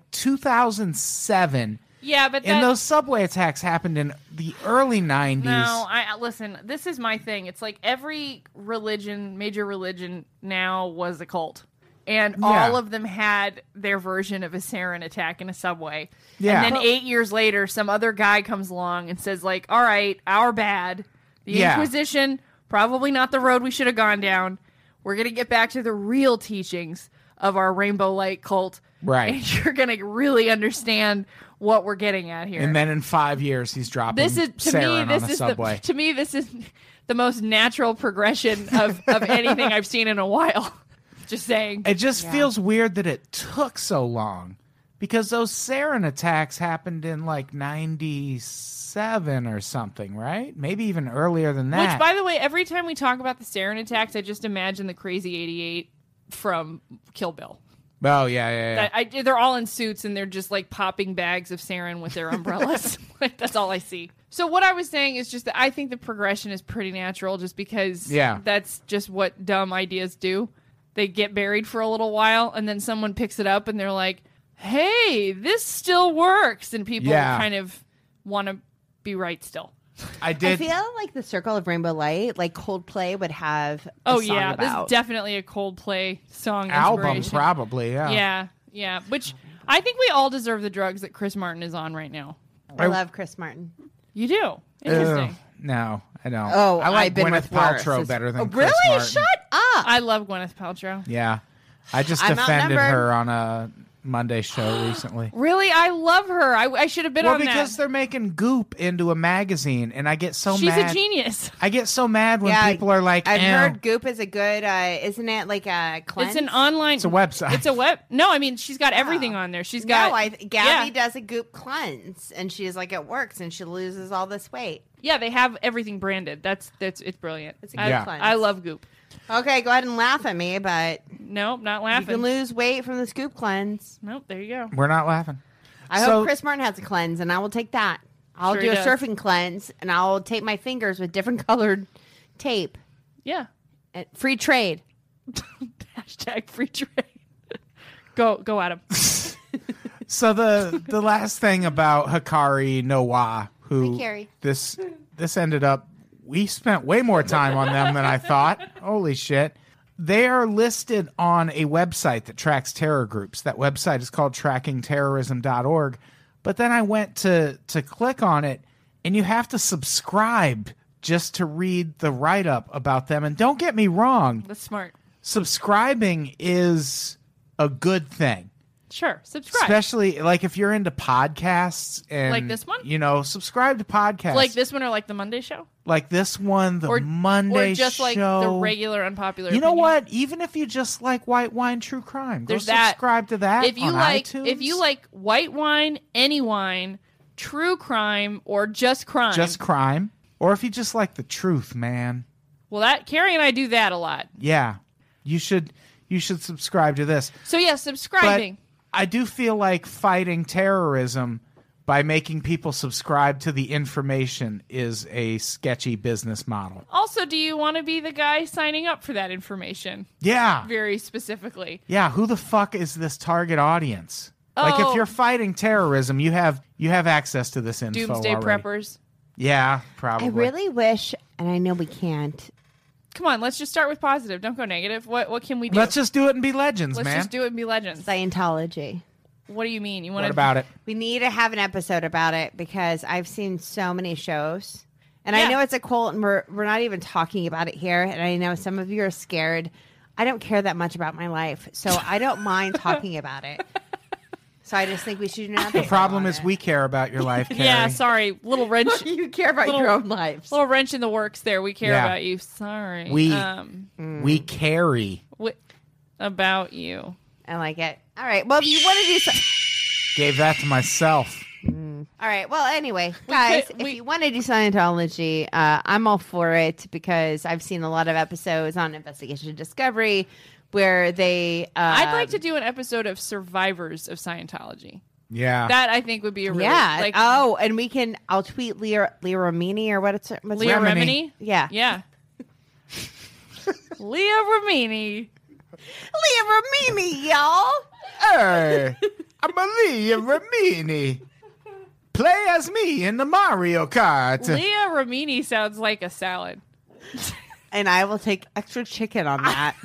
A: 2007.
D: yeah, but that,
A: And those subway attacks happened in the early 90s.
D: No, I I- listen. This is my thing. It's like every religion, major religion, now was a cult, and all of them had their version of a sarin attack in a subway.
A: Yeah.
D: And then eight years later, some other guy comes along and says, like, "All right, our bad." The
A: Yeah.
D: Inquisition, probably not the road we should have gone down. We're going to get back to the real teachings of our rainbow light cult.
A: Right.
D: And you're going to really understand what we're getting at here.
A: And then in five years, he's dropping
D: this is to
A: sarin
D: me this
A: on the
D: is
A: subway.
D: the to me this is the most natural progression of of anything I've seen in a while. Just saying.
A: it just feels weird that it took so long because those sarin attacks happened in like 97 or something, right? Maybe even earlier than that.
D: Which, by the way, every time we talk about the sarin attacks, I just imagine the crazy 88 from Kill Bill.
A: oh, yeah, yeah, yeah.
D: I, I- they're all in suits and they're just like popping bags of sarin with their umbrellas. like, that's all I see. So, what I was saying is just that I think the progression is pretty natural just because
A: Yeah.
D: that's just what dumb ideas do. They get buried for a little while and then someone picks it up and they're like, hey, this still works. And people
A: Yeah.
D: kind of want to be right still.
A: I
C: I
A: did.
C: feel like the circle of Rainbow Light, like Coldplay would have. a
D: Oh
C: song
D: yeah,
C: about.
D: this is definitely a Coldplay song
A: album
D: inspiration.
A: probably yeah
D: Yeah, yeah. Which I think we all deserve the drugs that Chris Martin is on right now.
C: I love Chris Martin.
D: You do.
A: Ew.
D: Interesting.
A: no i don't
C: Oh,
A: i like
C: I've been
A: gwyneth
C: with worse.
A: paltrow
C: It's-
A: better than
C: Oh,
A: Chris
C: really?
A: Martin.
C: Shut up!
D: I love Gwyneth Paltrow.
A: yeah i just
C: I'm
A: defended
C: outnumbered.
A: her on a monday show recently
D: Really, I love her. I, I should have been
A: well
D: on
A: because
D: that.
A: they're making goop into a magazine and i get so
D: She's
A: mad
D: a genius.
A: i get so mad when
C: Yeah,
A: people are like
C: I've
A: "Eh,
C: heard Goop is a good, uh, isn't it? Like a cleanse.
D: It's an online.
A: it's a website
D: It's a web. No, I mean she's got everything on there. She's got.
C: no, I,
D: yeah,
C: Gabby does a Goop cleanse, and she's like, it works, and she loses all this weight.
D: yeah, they have everything branded. That's that's it's brilliant.
C: It's a
D: I,
C: good
A: Yeah.
C: cleanse.
D: I love Goop.
C: Okay, go ahead and laugh at me, but
D: Nope, not
C: you can
D: laughing.
C: lose weight from the Scoop cleanse.
D: nope, there you go.
A: we're not laughing
C: I
A: So-
C: hope Chris Martin has a cleanse, and I will take that. I'll
D: Sure he
C: do a
D: does.
C: surfing cleanse, and I'll tape my fingers with different colored tape.
D: Yeah.
C: And free trade.
D: Hashtag free trade. go go Adam.
A: so the the last thing about Hikari Nowa, who
C: Hi, Carrie.
A: this this ended up we spent way more time on them than I thought. Holy shit. They are listed on a website that tracks terror groups. That website is called trackingterrorism.org. But then I went to to click on it and you have to subscribe just to read the write up about them. And don't get me wrong,
D: That's smart.
A: subscribing is a good thing
D: Sure. Subscribe.
A: especially like if you're into podcasts and
D: Like this one?
A: you know, subscribe to podcasts
D: like this one or like the Monday show?
A: like this one, the
D: Or
A: Monday
D: Or just like the
A: show.
D: regular unpopular.
A: You know
D: opinion?
A: what? Even if you just like white wine, true crime,
D: There's
A: go
D: that.
A: subscribe to that.
D: If you
A: on
D: like
A: iTunes.
D: if you like white wine, any wine, true crime, or just crime.
A: just crime, or if you just like the truth, man,
D: well that Carrie and I do that a lot.
A: yeah, you should you should subscribe to this.
D: So yeah, subscribing.
A: But I do feel like fighting terrorism by making people subscribe to the information is a sketchy business model.
D: also, do you want to be the guy signing up for that information
A: Yeah.
D: very specifically?
A: Yeah, who the fuck is this target audience? Like
D: Oh.
A: if you're fighting terrorism, you have you have access to this info.
D: Doomsday
A: already.
D: preppers.
A: Yeah, probably.
C: I really wish, and I know we can't.
D: Come on, let's just start with positive. Don't go negative. What what can we do?
A: Let's just do it and be legends,
D: Let's
A: man.
D: just do it and be legends.
C: Scientology.
D: What do you mean? You want
A: what
D: to
A: about it?
C: We need to have an episode about it because I've seen so many shows. And
D: Yeah.
C: I know it's a cult and we're, we're not even talking about it here. And I know some of you are scared. I don't care that much about my life. So I don't mind talking about it. So I just think we should not.
A: The problem is we care about your life, Carrie.
D: Yeah, sorry. Little wrench
C: You care about your own lives.
D: little wrench in the works there. We care
A: Yeah.
D: about you. Sorry.
A: We-
D: um
A: We carry.
D: wi- about you.
C: I like it. All right. Well, if you want to do so.
A: Gave that to myself.
C: All right. Well, anyway, guys,
D: could-
C: if
D: we-
C: you want to do Scientology, uh, I'm all for it because I've seen a lot of episodes on Investigation Discovery where they. Uh,
D: I'd like to do an episode of survivors of Scientology.
A: Yeah.
D: That I think would be a really
C: yeah.
D: like
C: oh, and we can. I'll tweet Leah Leah Romini or what it's. What's
D: Leah
C: her-
A: Remini.
D: Remini.
C: Yeah.
D: Yeah. Leah Remini.
C: Leah Romini, y'all.
A: hey, I'm Malia Ramini. Play as me in the Mario Kart.
D: Leah Remini sounds like a salad.
C: And I will take extra chicken on that.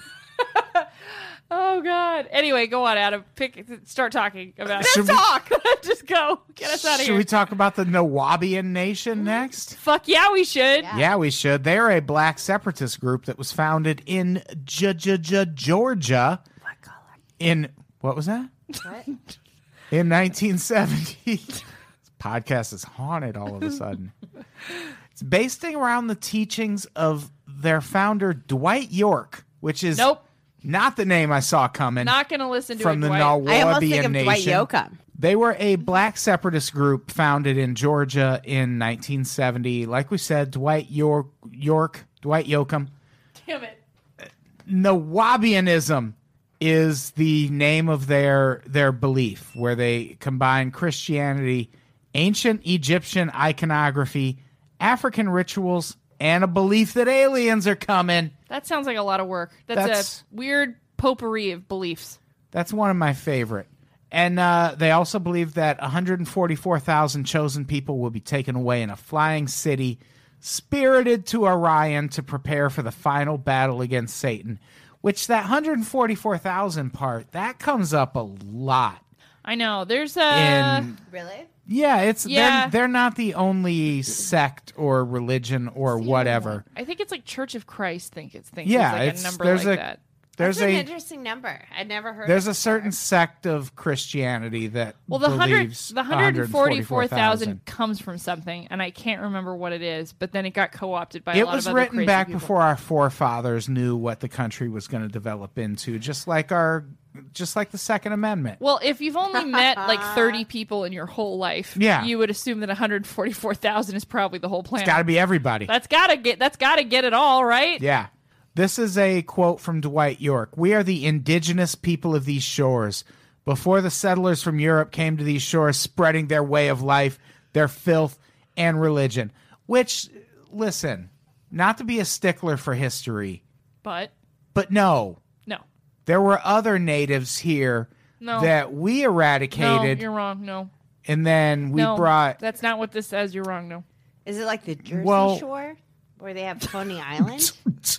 D: Oh God. Anyway, go on, Adam. Pick. Start talking about.
A: Should we-
D: talk. Just go. Get us out of
A: Should
D: here.
A: we talk about the Nawabian Nation next?
D: Fuck yeah, we should.
C: Yeah.
A: Yeah, we should. They're a black separatist group that was founded in Ge- Ge- Ge- Georgia. In what was that? In 1970. this podcast is haunted all of a sudden. it's based around the teachings of their founder Dwight York, which is
D: Nope.
A: not the name I saw coming.
D: Not gonna listen to
A: from the
D: it. Dwight.
A: Nawabian
C: I almost think of
A: Nation.
C: Dwight Yoakam.
A: They were a black separatist group founded in Georgia in 1970. Like we said, Dwight York, York Dwight Yoakam.
D: Damn it.
A: Nawabianism is the name of their their belief, where they combine Christianity, ancient Egyptian iconography, African rituals, and a belief that aliens are coming.
D: That sounds like a lot of work. That's,
A: That's-
D: a weird potpourri of beliefs.
A: That's one of my favorite. And uh, they also believe that 144,000 chosen people will be taken away in a flying city, spirited to Orion to prepare for the final battle against Satan. Which that 144,000 part that comes up a lot.
D: I know. There's uh,
A: In
D: a.
C: Really?
A: yeah, it's
D: yeah.
A: They're, they're not the only sect or religion or whatever.
D: I think it's like Church of Christ. Think it's think
A: Yeah,
D: like
A: it's-
D: a number
A: there's
D: like
A: a-
D: that.
A: There's
C: That's an
A: a
C: interesting number. I'd never heard.
A: there's
C: of
A: a certain sect of Christianity that
D: Well, the hundred
A: believes
D: the hundred forty four
A: 144,000.
D: thousand comes from something, and I can't remember what it is. But then it got co opted by a
A: it
D: lot
A: was
D: of other
A: written
D: crazy
A: back
D: people.
A: before our forefathers knew what the country was going to develop into just like our just like the second amendment
D: Well, if you've only met like thirty people in your whole life,
A: Yeah.
D: you would assume that one hundred forty four thousand is probably the whole planet.
A: it's got to be everybody
D: That's gotta get. That's gotta get it all right.
A: yeah this is a quote from dwight york we are the indigenous people of these shores before the settlers from europe came to these shores spreading their way of life their filth and religion which listen not to be a stickler for history
D: But
A: but no
D: no,
A: there were other natives here
D: No.
A: that we
D: no,
A: eradicated
D: you're wrong. No,
A: and then we
D: no,
A: brought
D: That's not what this says. You're wrong. No.
C: Is it like the Jersey
A: Well-
C: Shore where they have Coney Island?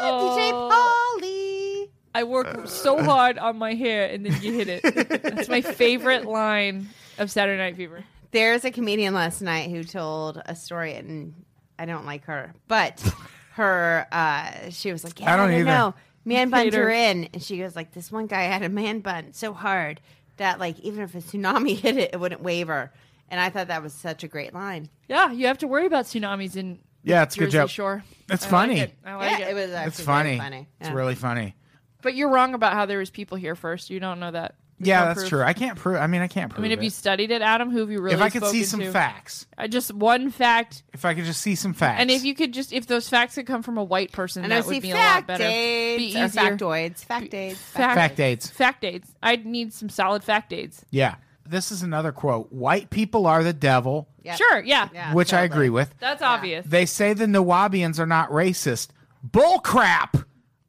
D: Oh.
C: DJ Polly.
D: I
A: Uh,
D: work so hard on my hair and then you hit it. That's my favorite line of Saturday Night Fever.
C: There's a comedian last night who told a story, and I don't like her, but her, uh, she was like, yeah,
A: I
C: I
A: don't
C: don't,
A: either.
C: know. Man buns
D: Hate her.
C: are in. And she goes, like, this one guy had a man bun so hard that, like, even if a tsunami hit it, it wouldn't waver. And I thought that was such a great line.
D: Yeah, you have to worry about tsunamis in
A: yeah it's a
D: Jersey
A: good joke
D: Shore.
A: it's
D: I
A: funny
D: Like it. Oh, I like
C: yeah,
D: it.
C: it was actually
A: it's funny.
C: very funny.
A: it's
C: Yeah.
A: really funny
D: But you're wrong about how there was people here first. You don't know that. There's
A: yeah
D: no
A: that's
D: proof.
A: true i can't prove i mean i can't prove
D: I mean,
A: it.
D: have you studied it, Adam? Who have you really?
A: if i could see
D: spoken
A: some
D: to?
A: facts
D: I just one fact,
A: if i could just see some facts
D: and if you could just if those facts could come from a white person,
C: And I
D: that
C: see
D: would be a lot
C: fact
D: better. Be
C: aids,
D: easier.
C: or factoids, fact aids, fact-
D: Fact-
A: fact dates
D: Fact aids. I'd need some solid fact aids.
A: yeah this is another quote white people are the devil
C: yeah.
D: Sure. Yeah.
C: Yeah,
A: which i
C: totally.
A: agree with
D: That's obvious.
A: they say the nawabians are not racist bull crap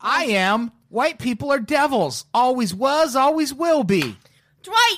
A: i am white people are devils always was always will be
C: Dwight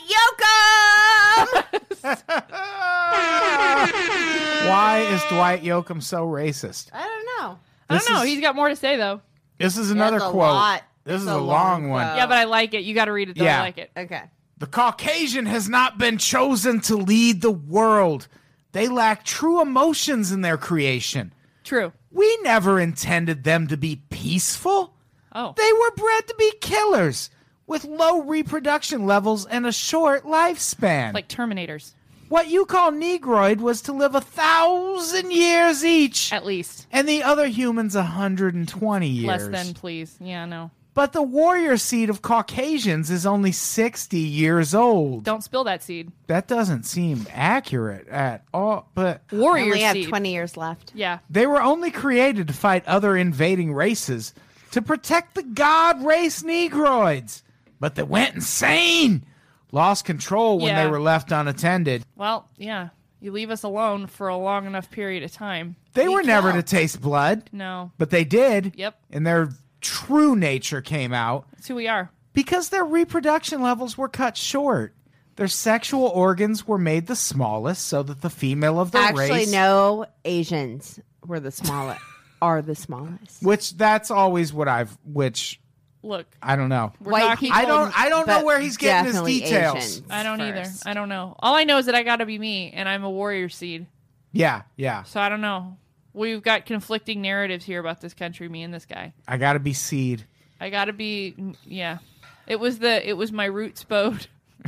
C: Yoakam!
A: why is dwight yoakam so racist
C: I don't know.
D: I don't
A: This
D: know.
A: is-
D: He's got more to say though.
A: This is another
C: That's a
A: quote.
C: lot.
A: This
C: That's
A: is
C: a
A: a long,
C: long
A: one.
C: quote.
D: Yeah, but I like it. You got to read it though.
A: Yeah.
D: I like it.
C: Okay.
A: The Caucasian has not been chosen to lead the world. They lack true emotions in their creation.
D: True.
A: We never intended them to be peaceful.
D: Oh.
A: They were bred to be killers with low reproduction levels and a short lifespan.
D: like Terminators,
A: what you call Negroid was to live a thousand years each,
D: at least.
A: and the other humans a 120 years.
D: Less than, please. Yeah, no.
A: But the warrior seed of Caucasians is only 60 years old.
D: Don't spill that seed.
A: That doesn't seem accurate at all. But
D: Warrior
C: only have
D: seed.
C: 20 years left.
D: Yeah.
A: they were only created to fight other invading races to protect the god race Negroids. But they went insane, lost control when
D: Yeah.
A: they were left unattended.
D: Well, yeah. You leave us alone for a long enough period of time.
A: They were never to
C: can't.
A: taste blood,
D: No.
A: but they did.
D: Yep.
A: And their true nature came out.
D: That's who we are.
A: Because their reproduction levels were cut short. Their sexual organs were made the smallest so that the female of the
C: Actually,
A: race.
C: no Asians were the smallest. are the smallest.
A: Which that's always what I've. Which
D: Look,
A: I don't know.
D: we're
C: White
D: not
C: people-
D: equal.
A: I don't. I don't know
C: But
A: where he's getting his
C: definitely
A: details.
C: Asians
D: I don't either.
C: first.
D: I don't know. All I know is that I got to be me, and I'm a warrior seed.
A: Yeah, yeah.
D: So I don't know. We've got conflicting narratives here about this country, me and this guy.
A: I gotta be seed.
D: I got to be, yeah. It was the it was my roots bowed.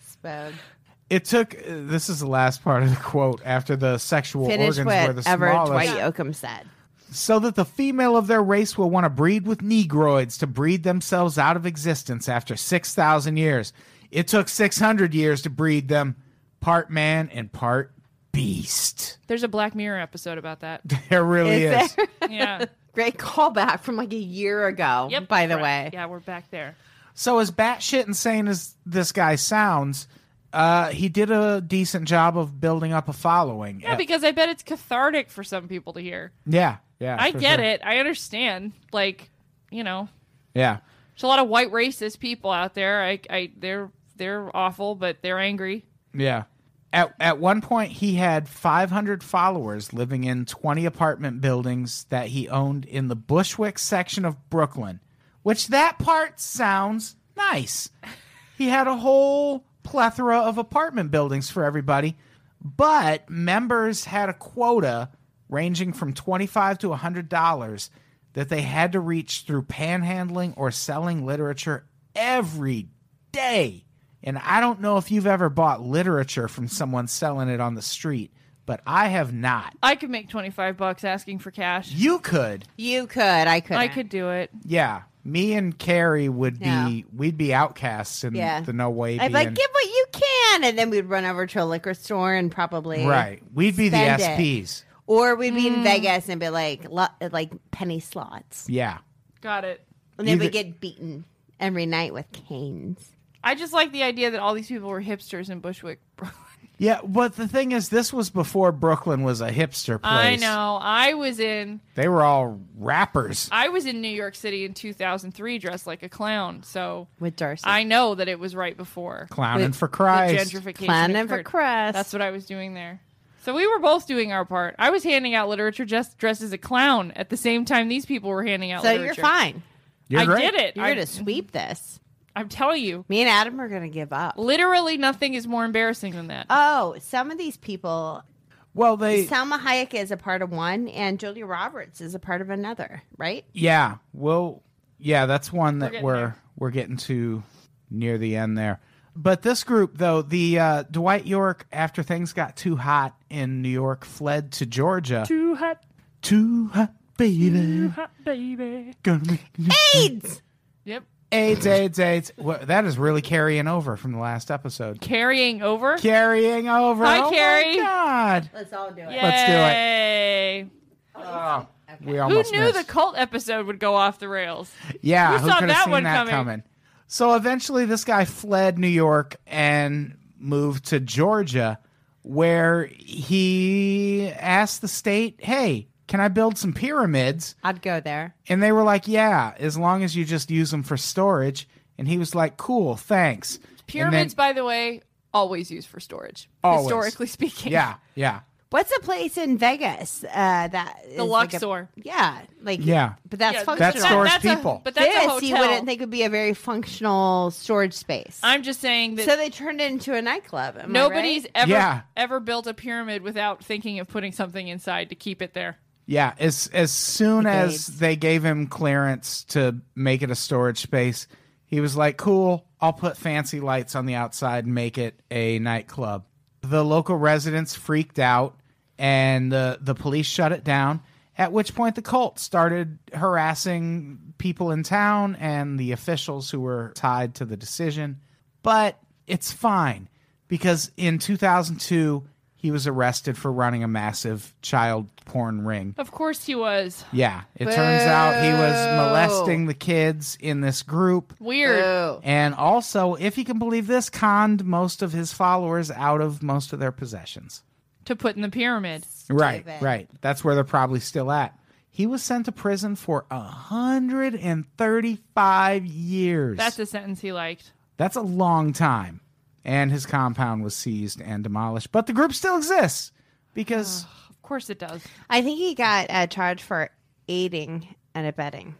C: Spode.
A: It took. uh, This is the last part of the quote after the sexual
C: Finish
A: organs were the
C: whatever
A: smallest.
C: Dwight Yoakam said.
A: so that the female of their race will want to breed with negroids to breed themselves out of existence after 6,000 years. It took 600 years to breed them, part man and part beast.
D: There's a Black Mirror episode about that.
A: There really is.
C: Is there-
D: Yeah.
C: Great callback from like a year ago.
D: Yep.
C: by the way,
D: correct. Yeah, we're back there.
A: So, as batshit insane as this guy sounds, uh, he did a decent job of building up a following.
D: Yeah, because I bet it's cathartic for some people to hear.
A: yeah, yeah.
D: I
A: for
D: get
A: sure.
D: it. I understand. Like, you know,
A: Yeah.
D: there's a lot of white racist people out there. I, I, they're they're awful, but they're angry.
A: Yeah. At at one point he had 500 followers living in 20 apartment buildings that he owned in the Bushwick section of Brooklyn, which that part sounds nice. He had a whole plethora of apartment buildings for everybody, but members had a quota ranging from 25 to $100 that they had to reach through panhandling or selling literature every day. And I don't know if you've ever bought literature from someone selling it on the street, but I have not.
D: I could make twenty five bucks asking for cash.
A: You could.
C: you could. I could.
D: I could do it.
A: Yeah. Me and Carrie would
C: Yeah.
A: be we'd be outcasts in
C: Yeah.
A: the no way.
C: I'd be like, give what you can, and then we'd run over to a liquor store and probably
A: Right. We'd be the
C: Spend it.
A: SPs.
C: Or we'd be
D: Hmm.
C: in Vegas and be like lo- like penny slots,
A: Yeah.
D: Got it.
C: and then
A: Either-
C: we get beaten every night with canes.
D: I just like the idea that all these people were hipsters in Bushwick.
A: Yeah, but the thing is this was before Brooklyn was a hipster place.
D: I know. Uh, I was in
A: They were all rappers.
D: I was in New York City in 2003 dressed like a clown. So
C: with Darcy.
D: I know that it was right before
A: Clowning
C: With
A: for
D: the
A: Christ.
D: gentrification.
C: Planning for
D: occurred.
C: crust.
D: That's what I was doing there. So we were both doing our part. I was handing out literature just dressed as a clown at the same time these people were handing out
C: so
D: literature.
C: you're fine.
A: You're
D: I
A: great.
D: did it.
C: You're
D: I,
C: gonna sweep this.
D: I'm telling you.
C: Me and Adam are gonna give up.
D: Literally nothing is more embarrassing than that.
C: Oh, some of these people.
A: Well, they
C: Selma Hayek is a part of one, and Julia Roberts is a part of another. Right?
A: Yeah. Well, yeah, that's one that
D: getting
A: we're
D: there.
A: we're getting to near the end there. But this group though, the uh, Dwight York after things got too hot in New York fled to Georgia.
D: Too hot,
A: Too hot, baby.
D: hot baby.
A: Gonna make me-
C: AIDS.
D: Yep.
A: AIDS, AIDS, AIDS. Well, that is really carrying over from the last episode.
D: Carrying over.
A: Carrying over.
D: Hi,
A: oh my
D: Carrie.
A: God.
C: Let's all do it.
A: Let's do it.
D: Yay.
A: We
D: Who
A: almost
D: knew
A: missed.
D: the cult episode would go off the rails?
A: Yeah,
D: Who
A: who,
D: saw
A: could have
D: that
A: seen
D: one
A: that
D: coming?
A: coming? So eventually, this guy fled New York and moved to Georgia, where he asked the state, "Hey, can I build some pyramids?"
C: I'd go there.
A: And they were like, "Yeah, as long as you just use them for storage." And he was like, "Cool, thanks." And
D: Pyramids,
A: then-
D: by the way, always used for storage,
A: Always.
D: historically speaking.
A: yeah, yeah,
C: What's a place in Vegas uh, that is
D: The
C: like a-
D: Luxor.
C: yeah, like
A: Yeah.
C: but that's
D: Yeah,
C: functional.
A: stores
D: that's a-
A: people.
D: but that's
C: this
D: a hotel.
C: you wouldn't think would be a very functional storage space.
D: I'm just saying that
C: so they turned it into a nightclub. am I
D: nobody's
C: right?
D: ever
A: Yeah.
D: ever built a pyramid without thinking of putting something inside to keep it there.
A: yeah. As as soon as
C: AIDS.
A: they gave him clearance to make it a storage space, he was like, "Cool, I'll put fancy lights on the outside and make it a nightclub." The local residents freaked out, and the the police shut it down. At which point, the cult started harassing people in town and the officials who were tied to the decision. But it's fine because in 2002, he was arrested for running a massive child porn ring.
D: Of course he was.
A: Yeah, it turns out he was molesting the kids in this group.
D: Weird.
C: Oh.
A: And also, if you can believe this, conned most of his followers out of most of their possessions.
D: To put in the pyramid.
A: Right,
C: Stupid.
A: right. That's where they're probably still at. He was sent to prison for 135 years.
D: That's a sentence he liked.
A: That's a long time. And his compound was seized and demolished. But the group still exists because
D: course it does.
C: I think he got uh, charged for aiding and abetting.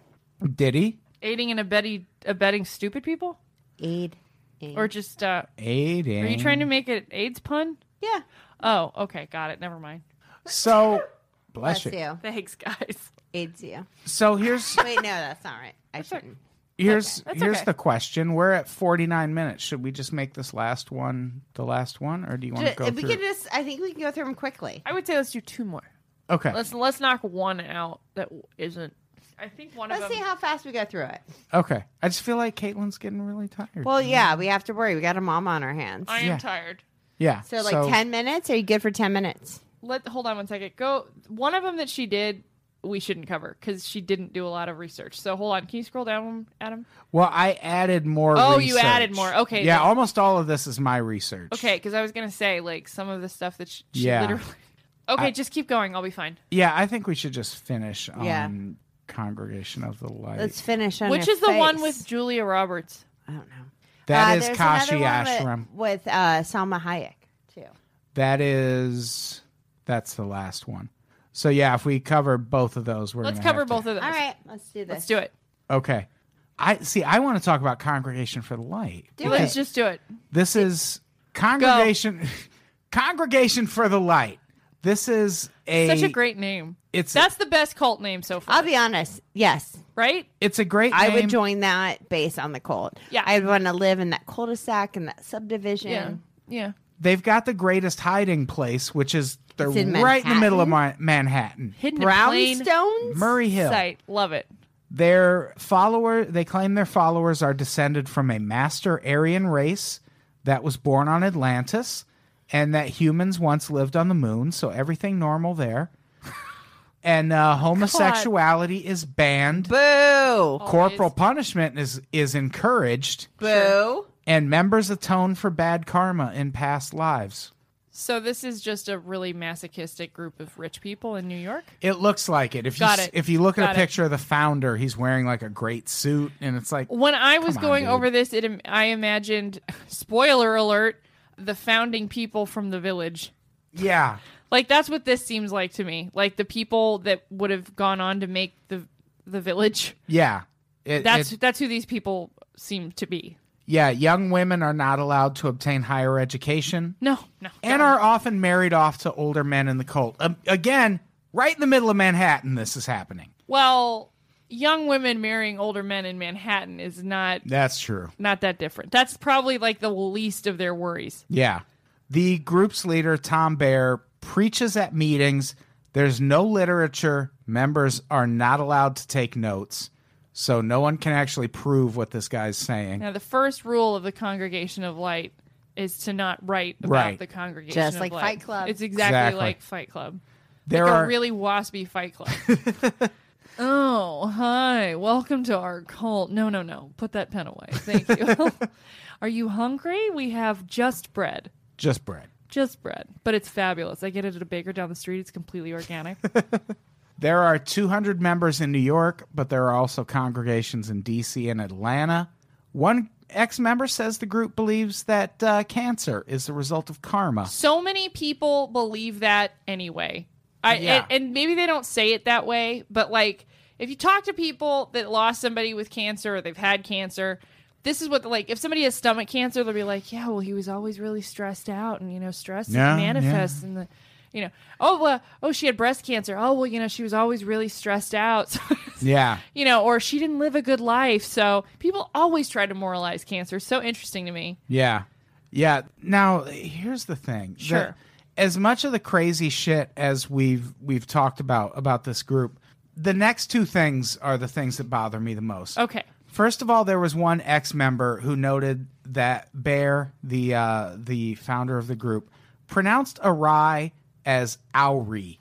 A: Did he?
D: Aiding and abetting, abetting stupid people,
C: Aid.
D: or just uh,
A: Aiding.
D: are you trying to make an AIDS pun?
C: yeah.
D: Oh, okay, got it. Never mind.
A: So, bless,
C: Bless
A: you.
C: you.
D: Thanks, guys.
C: Aids you.
A: So here's
C: Wait, no, that's not right. I shouldn't.
A: here's
D: That's
A: here's
D: okay.
A: the question. We're at 49 minutes. Should we just make this last one the last one, or do you want to
C: Ju-
A: go
C: if we
A: through?
C: could just, I think we can go through them quickly.
D: I would say let's do two more.
A: okay.
D: Let's let's knock one out that isn't. I think one of
C: Let's
D: them.
C: see how fast we go through it.
A: Okay. I just feel like Caitlin's getting really tired.
C: Well, yeah, we have to worry. We got a mom on our hands.
D: I am
A: yeah.
D: tired.
A: yeah.
C: So, like 10 minutes? Are you good for 10 minutes?
D: Let hold on one second. Go one of them that she did. We shouldn't cover because she didn't do a lot of research. So hold on. Can you scroll down, Adam?
A: Well, I added more.
D: Oh, you
A: research.
D: added more. Okay,
A: Yeah,
D: then-
A: almost all of this is my research.
D: Okay, because I was gonna say like some of the stuff that she, she
A: Yeah.
D: literally. Okay, just keep going. I'll be fine.
A: Yeah, I think we should just finish on
C: Yeah.
A: Congregation of the Light.
C: Let's finish on
D: Which
C: your
D: is the one
C: face.
D: with Julia Roberts?
C: I don't know. Uh,
A: That is
C: there's
A: Kashi
C: another one
A: Ashram.
C: With, with uh, Salma Hayek, too.
A: That is that's the last one. So yeah, if we cover both of those, we're
D: Let's cover both of those.
C: All right, let's do this.
D: let's do it.
A: Of- okay. I see. I want to talk about Congregation for the Light.
C: Do
D: Let's
C: it.
D: just do it.
A: This is Congregation Congregation for the Light. This is a
D: Such a great name.
A: It's
D: That's the best cult name so far.
C: I'll be honest. Yes,
D: right.
A: it's a great.
C: I
A: name.
C: would join that based on the cold.
D: Yeah.
C: I'd want to live in that cul-de-sac and that subdivision.
D: Yeah. Yeah.
A: They've got the greatest hiding place, which is they're
C: It's in
A: right in the middle of Ma-
C: Manhattan?
A: Manhattan.
D: Hidden in plain
C: Brownstones?
A: Murray Hill.
D: sight. Love it.
A: Their follower, they claim their followers are descended from a master Aryan race that was born on Atlantis, and that humans once lived on the moon. So everything normal there. And uh, homosexuality is banned. Oh,
C: Boo.
A: Corporal punishment is is encouraged,
C: Boo.
A: and members atone for bad karma in past lives.
D: So this is just a really masochistic group of rich people in New York.
A: It looks like it. If you
D: Got
A: s-
D: it.
A: if you look at
D: Got
A: a
D: it.
A: picture of the founder, he's wearing like a great suit, and it's like
D: When I was
A: Come on,
D: going
A: dude.
D: over this, it im- I imagined spoiler alert, the founding people from the village.
A: yeah,
D: Like that's what this seems like to me. Like the people that would have gone on to make the the village.
A: yeah. It,
D: That's
A: it-
D: that's who these people seem to be.
A: yeah. Young women are not allowed to obtain higher education,
D: No, no.
A: and are often married off to older men in the cult. Um, again, right in the middle of Manhattan, this is happening.
D: well, young women marrying older men in Manhattan is not
A: That's true.
D: not that different. That's probably like the least of their worries.
A: Yeah. The group's leader, Tom Bear, preaches at meetings. There's no literature. Members are not allowed to take notes. So no one can actually prove what this guy's saying.
D: Now, the first rule of the Congregation of Light is to not write about
A: Right.
D: the Congregation
C: Just
D: of
C: like
D: Light.
C: Fight Club.
D: It's exactly,
A: Exactly.
D: like Fight Club.
A: There
D: like
A: are
D: a really waspy Fight Club. oh, hi. Welcome to our cult. No, no, no. Put that pen away. Thank you. Are you hungry? We have just bread.
A: just bread.
D: Just bread. But it's fabulous. I get it at a baker down the street. It's completely organic.
A: There are 200 members in New York, but there are also congregations in D.C. and Atlanta. One ex member says the group believes that uh, cancer is the result of karma.
D: so many people believe that anyway. I
A: Yeah.
D: and, and maybe they don't say it that way, but like if you talk to people that lost somebody with cancer or they've had cancer, this is what like if somebody has stomach cancer, they'll be like, yeah, well, he was always really stressed out, and you know, stress
A: Yeah,
D: manifests in the. You know, oh well, oh she had breast cancer. Oh well, you know she was always really stressed out. So,
A: Yeah.
D: you know, or she didn't live a good life. So people always try to moralize cancer. So interesting to me.
A: Yeah. Yeah. Now here's the thing. The-
D: Sure.
A: as much of the crazy shit as we've we've talked about about this group, the next two things are the things that bother me the most.
D: Okay,
A: First of all, there was one ex member who noted that Bear, the uh, the founder of the group, pronounced awry as Auri.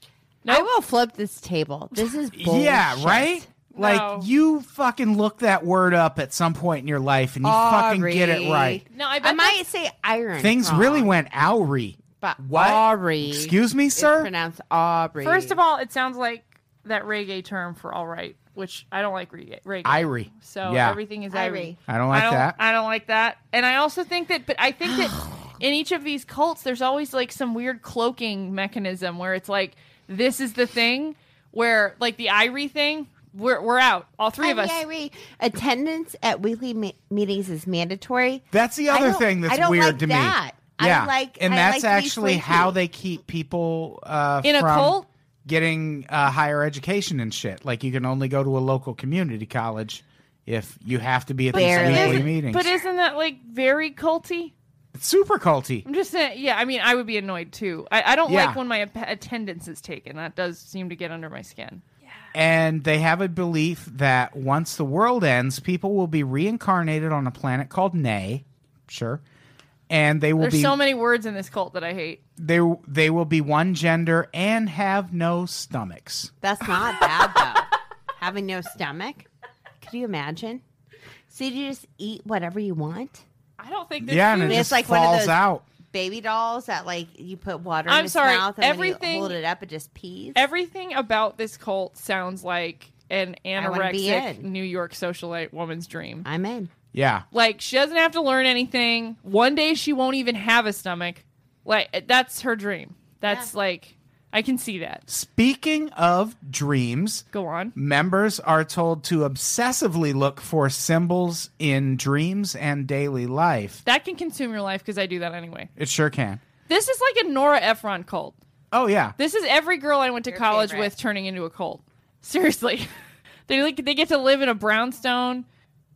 C: I will flip this table. This is bullshit.
A: Yeah, right? Like
D: No.
A: you fucking look that word up at some point in your life and you fucking get it
C: Ari.
A: right.
D: No, I
C: I
D: bet
C: might say iron.
A: Things
C: wrong,
A: really went Auri.
C: But
A: What?
C: Aubrey.
A: Excuse me, sir?
C: Pronounced Aubrey.
D: First of all, it sounds like that reggae term for all right, which I don't like reggae. reggae.
A: Irie.
D: So
A: Yeah.
D: everything is
C: Irie.
D: Irie.
A: I don't like
D: I don't,
A: that.
D: I don't like that. And I also think that, but I think that in each of these cults, there's always like some weird cloaking mechanism where it's like this is the thing where like the Irie thing, we're we're out. All three of us.
C: Ivy, Ivy, attendance at weekly me- meetings is mandatory.
A: That's the
C: I
A: other
C: don't-
A: thing that's
C: I don't
A: weird
C: like
A: to me.
C: that. I
A: Yeah,
C: like-
A: and
C: I
A: that's
C: like to be
A: actually how
C: slinky.
A: they keep people uh,
D: In a
A: from
D: cult?
A: getting uh, higher education and shit. Like you can only go to a local community college if you have to be at
C: Barely.
A: these weekly
C: Isn't-
A: meetings.
D: But isn't that like very culty?
A: it's super culty.
D: I'm just saying. Yeah, I mean, I would be annoyed too. I, I don't
A: Yeah.
D: like when my ap- attendance is taken. That does seem to get under my skin.
A: And they have a belief that once the world ends, people will be reincarnated on a planet called Nay. Sure. And they will
D: There's
A: be
D: so many words in this cult that I hate.
A: they they will be one gender and have no stomachs.
C: That's not bad though. Having no stomach. Could you imagine? So you just eat whatever you want?
D: I don't think. There's
A: yeah,
D: food.
A: and it
C: It's
A: just
C: like one of
A: falls
C: those-
A: out.
C: Baby dolls that like you put water
D: I'm
C: in its
D: sorry,
C: mouth and then
D: everything-
C: you hold it up and just pees.
D: everything about this cult sounds like an
C: wanna be
D: anorexic
C: in.
D: New York socialite woman's dream.
C: I'm in.
A: Yeah.
D: Like she doesn't have to learn anything. One day she won't even have a stomach. Like eh, that's her dream. That's like I can see that.
A: Speaking of dreams,
D: Go on.
A: members are told to obsessively look for symbols in dreams and daily life.
D: That can consume your life because I do that anyway.
A: It sure can.
D: This is like a Nora Ephron cult.
A: Oh yeah.
D: This is every girl I went to college
C: favorite.
D: with turning into a cult. Seriously, they like they get to live in a brownstone.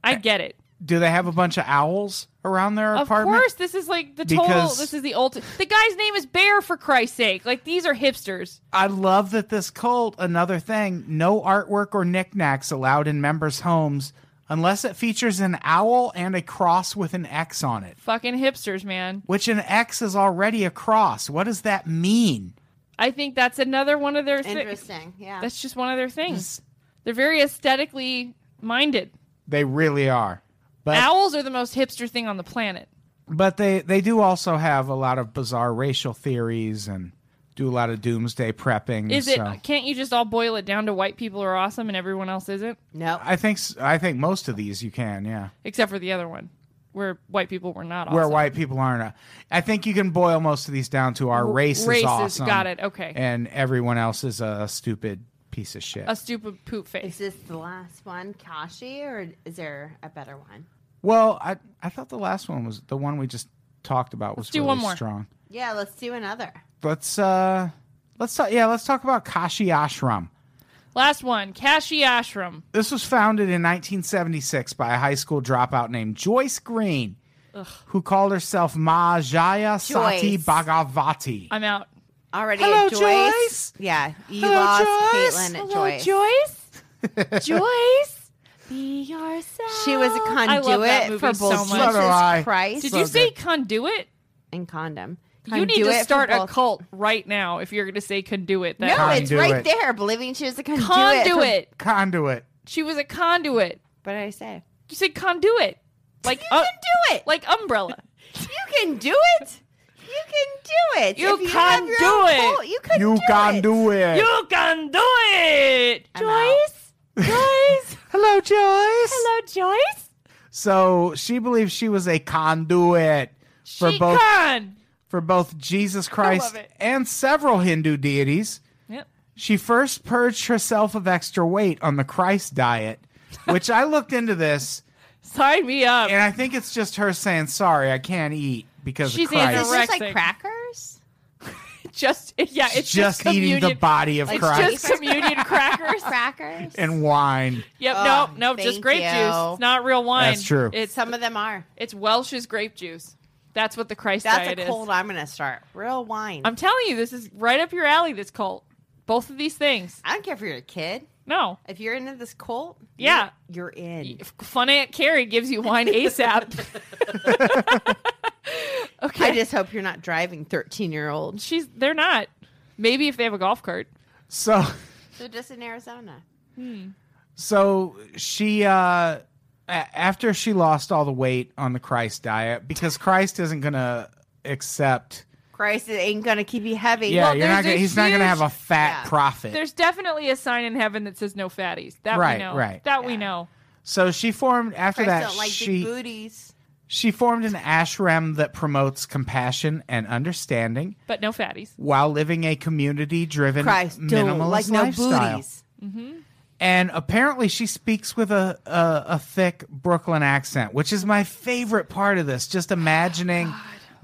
D: I get it.
A: Do they have a bunch of owls around their
D: Of
A: apartment?
D: course, this is like the total.
A: Because-
D: This is the ultimate. The guy's name is Bear for Christ's sake. Like these are hipsters.
A: I love that this cult, another thing, no artwork or knickknacks allowed in members' homes unless it features an owl and a cross with an X on it.
D: Fucking hipsters, man.
A: Which an X is already a cross. What does that mean?
D: I think that's another one of their things.
C: Interesting. Yeah.
D: That's just one of their things. They're very aesthetically minded.
A: They really are. But
D: Owls are the most hipster thing on the planet.
A: but they they do also have a lot of bizarre racial theories and do a lot of doomsday prepping.
D: Is
A: so.
D: it? Can't you just all boil it down to white people are awesome and everyone else isn't,
C: no.
A: I think s- I think most of these you can, yeah.
D: except for the other one, where white people were not awesome.
A: Where white people aren't. a- I think you can boil most of these down to our race
D: race
A: is
D: is-
A: awesome.
D: got it, okay.
A: And everyone else is a stupid piece of shit.
D: a stupid poop
C: Is
D: face.
C: this the last one, Kashi, or is there a better one?
A: well, I I thought the last one was the one we just talked about was
D: do
A: really
D: one more.
A: strong.
C: Yeah, let's do another.
A: Let's uh let's talk yeah, let's talk about Kashi Ashram.
D: Last one, Kashi Ashram.
A: This was founded in 1976 by a high school dropout named Joyce Green, who called herself Ma Jaya Sati
C: Joyce.
A: Bhagavati.
D: I'm out.
C: Already
A: Hello,
C: a Joyce.
A: Joyce.
C: Yeah, you
A: Hello,
C: lost
A: Joyce.
C: Caitlin at
D: Hello,
C: Joyce.
D: Joyce. Joyce, be yourself.
C: She was a
D: I love that
C: conduit
D: movie
C: for both
D: so much.
A: So do I.
C: Jesus Christ
D: Did
A: So
D: you say
A: good.
D: conduit?
C: and condom.
D: you need
C: Conduit
D: to
C: for
D: start a
C: both-
D: cult right now if you're going to say conduit.
C: No,
D: That
C: it's
A: Conduit.
C: right there. Believing she was a conduit. for-
D: conduit.
A: Conduit.
D: She was a conduit.
C: What did I say?
D: You said conduit, like
C: You
D: uh,
C: can do it.
D: like umbrella.
C: you can do it. You can do it.
D: You
C: If you
D: can
C: have your own
D: do it.
C: cult, You can.
A: You
C: do
A: can
C: it.
A: do it.
D: you can do it,
C: I'm out.
D: Joyce. Joyce.
A: Hello, Joyce.
D: Hello, Joyce.
A: So she believes she was a conduit for
D: she
A: both
D: can.
A: for both Jesus Christ
D: it.
A: and several Hindu deities.
D: Yep.
A: She first purged herself of extra weight on the Christ diet, which I looked into this,
D: Sign me up.
A: and I think it's just her saying, "Sorry, I can't eat because
D: She's
A: of Christ."
C: Is this
D: Anorexic.
C: like crackers?
D: just yeah, it's
A: just, eating the
D: communion-
A: body of
C: Like,
D: It's
A: Christ
D: just communion crackers.
C: Crackers.
A: and wine.
D: Yep.
C: Oh,
D: no, no, just
C: thank
D: grape
C: you.
D: juice. It's not real wine.
A: That's true.
D: It's
C: Some of them are.
D: it's Welsh's grape juice. That's what the Christ
C: That's
D: diet
C: a
D: is.
C: cold. I'm gonna start. Real wine.
D: I'm telling you, this is right up your alley. This cult. Both of these things.
C: I don't care if you're a kid.
D: No.
C: If you're into this cult,
D: Yeah.
C: you're, you're in.
D: If Fun Aunt Carrie gives you wine ASAP. okay.
C: I just hope you're not driving 13 year olds.
D: She's. They're not. Maybe if they have a golf cart.
A: So,
C: So just in Arizona.
A: so she uh, a- after she lost all the weight on the Christ diet because Christ isn't gonna accept.
C: Christ, it ain't gonna keep you heavy.
A: Yeah,
D: Well,
A: you're not
D: there's a
A: gonna, he's not going to have a
D: huge-
A: fat
C: Yeah.
A: profit.
D: There's definitely a sign in heaven that says no fatties. That
A: Right,
D: we know.
A: right.
D: That we
C: Yeah.
D: know.
A: so she formed after
C: Christ
A: that.
C: don't like
A: she
C: big booties.
A: She formed an ashram that promotes compassion and understanding
D: but no fatties.
A: while living a community driven
C: Christ, don't
A: minimalist
C: like no
A: lifestyle.
C: booties.
A: And apparently, she speaks with a, a, a thick Brooklyn accent, which is my favorite part of this. Just imagining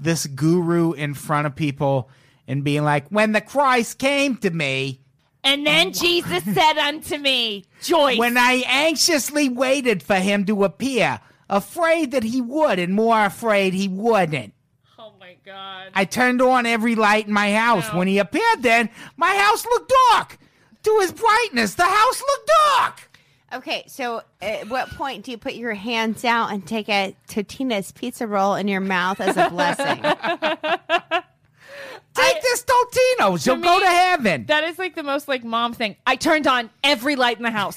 A: this guru in front of people and being like, When the Christ came to me,
D: And then Jesus said unto me, Joyce.
A: when I anxiously waited for him to appear, afraid that he would, and more afraid he wouldn't.
D: oh my god.
A: I turned on every light in my house.
D: No.
A: When he appeared, then my house looked dark. To his brightness, the house looked dark.
C: Okay, so at what point do you put your hands out and take a Totina's pizza roll in your mouth as a blessing?
A: Take this Totino's. You'll go
D: me,
A: to heaven.
D: That is like the most like mom thing. I turned on every light in the house,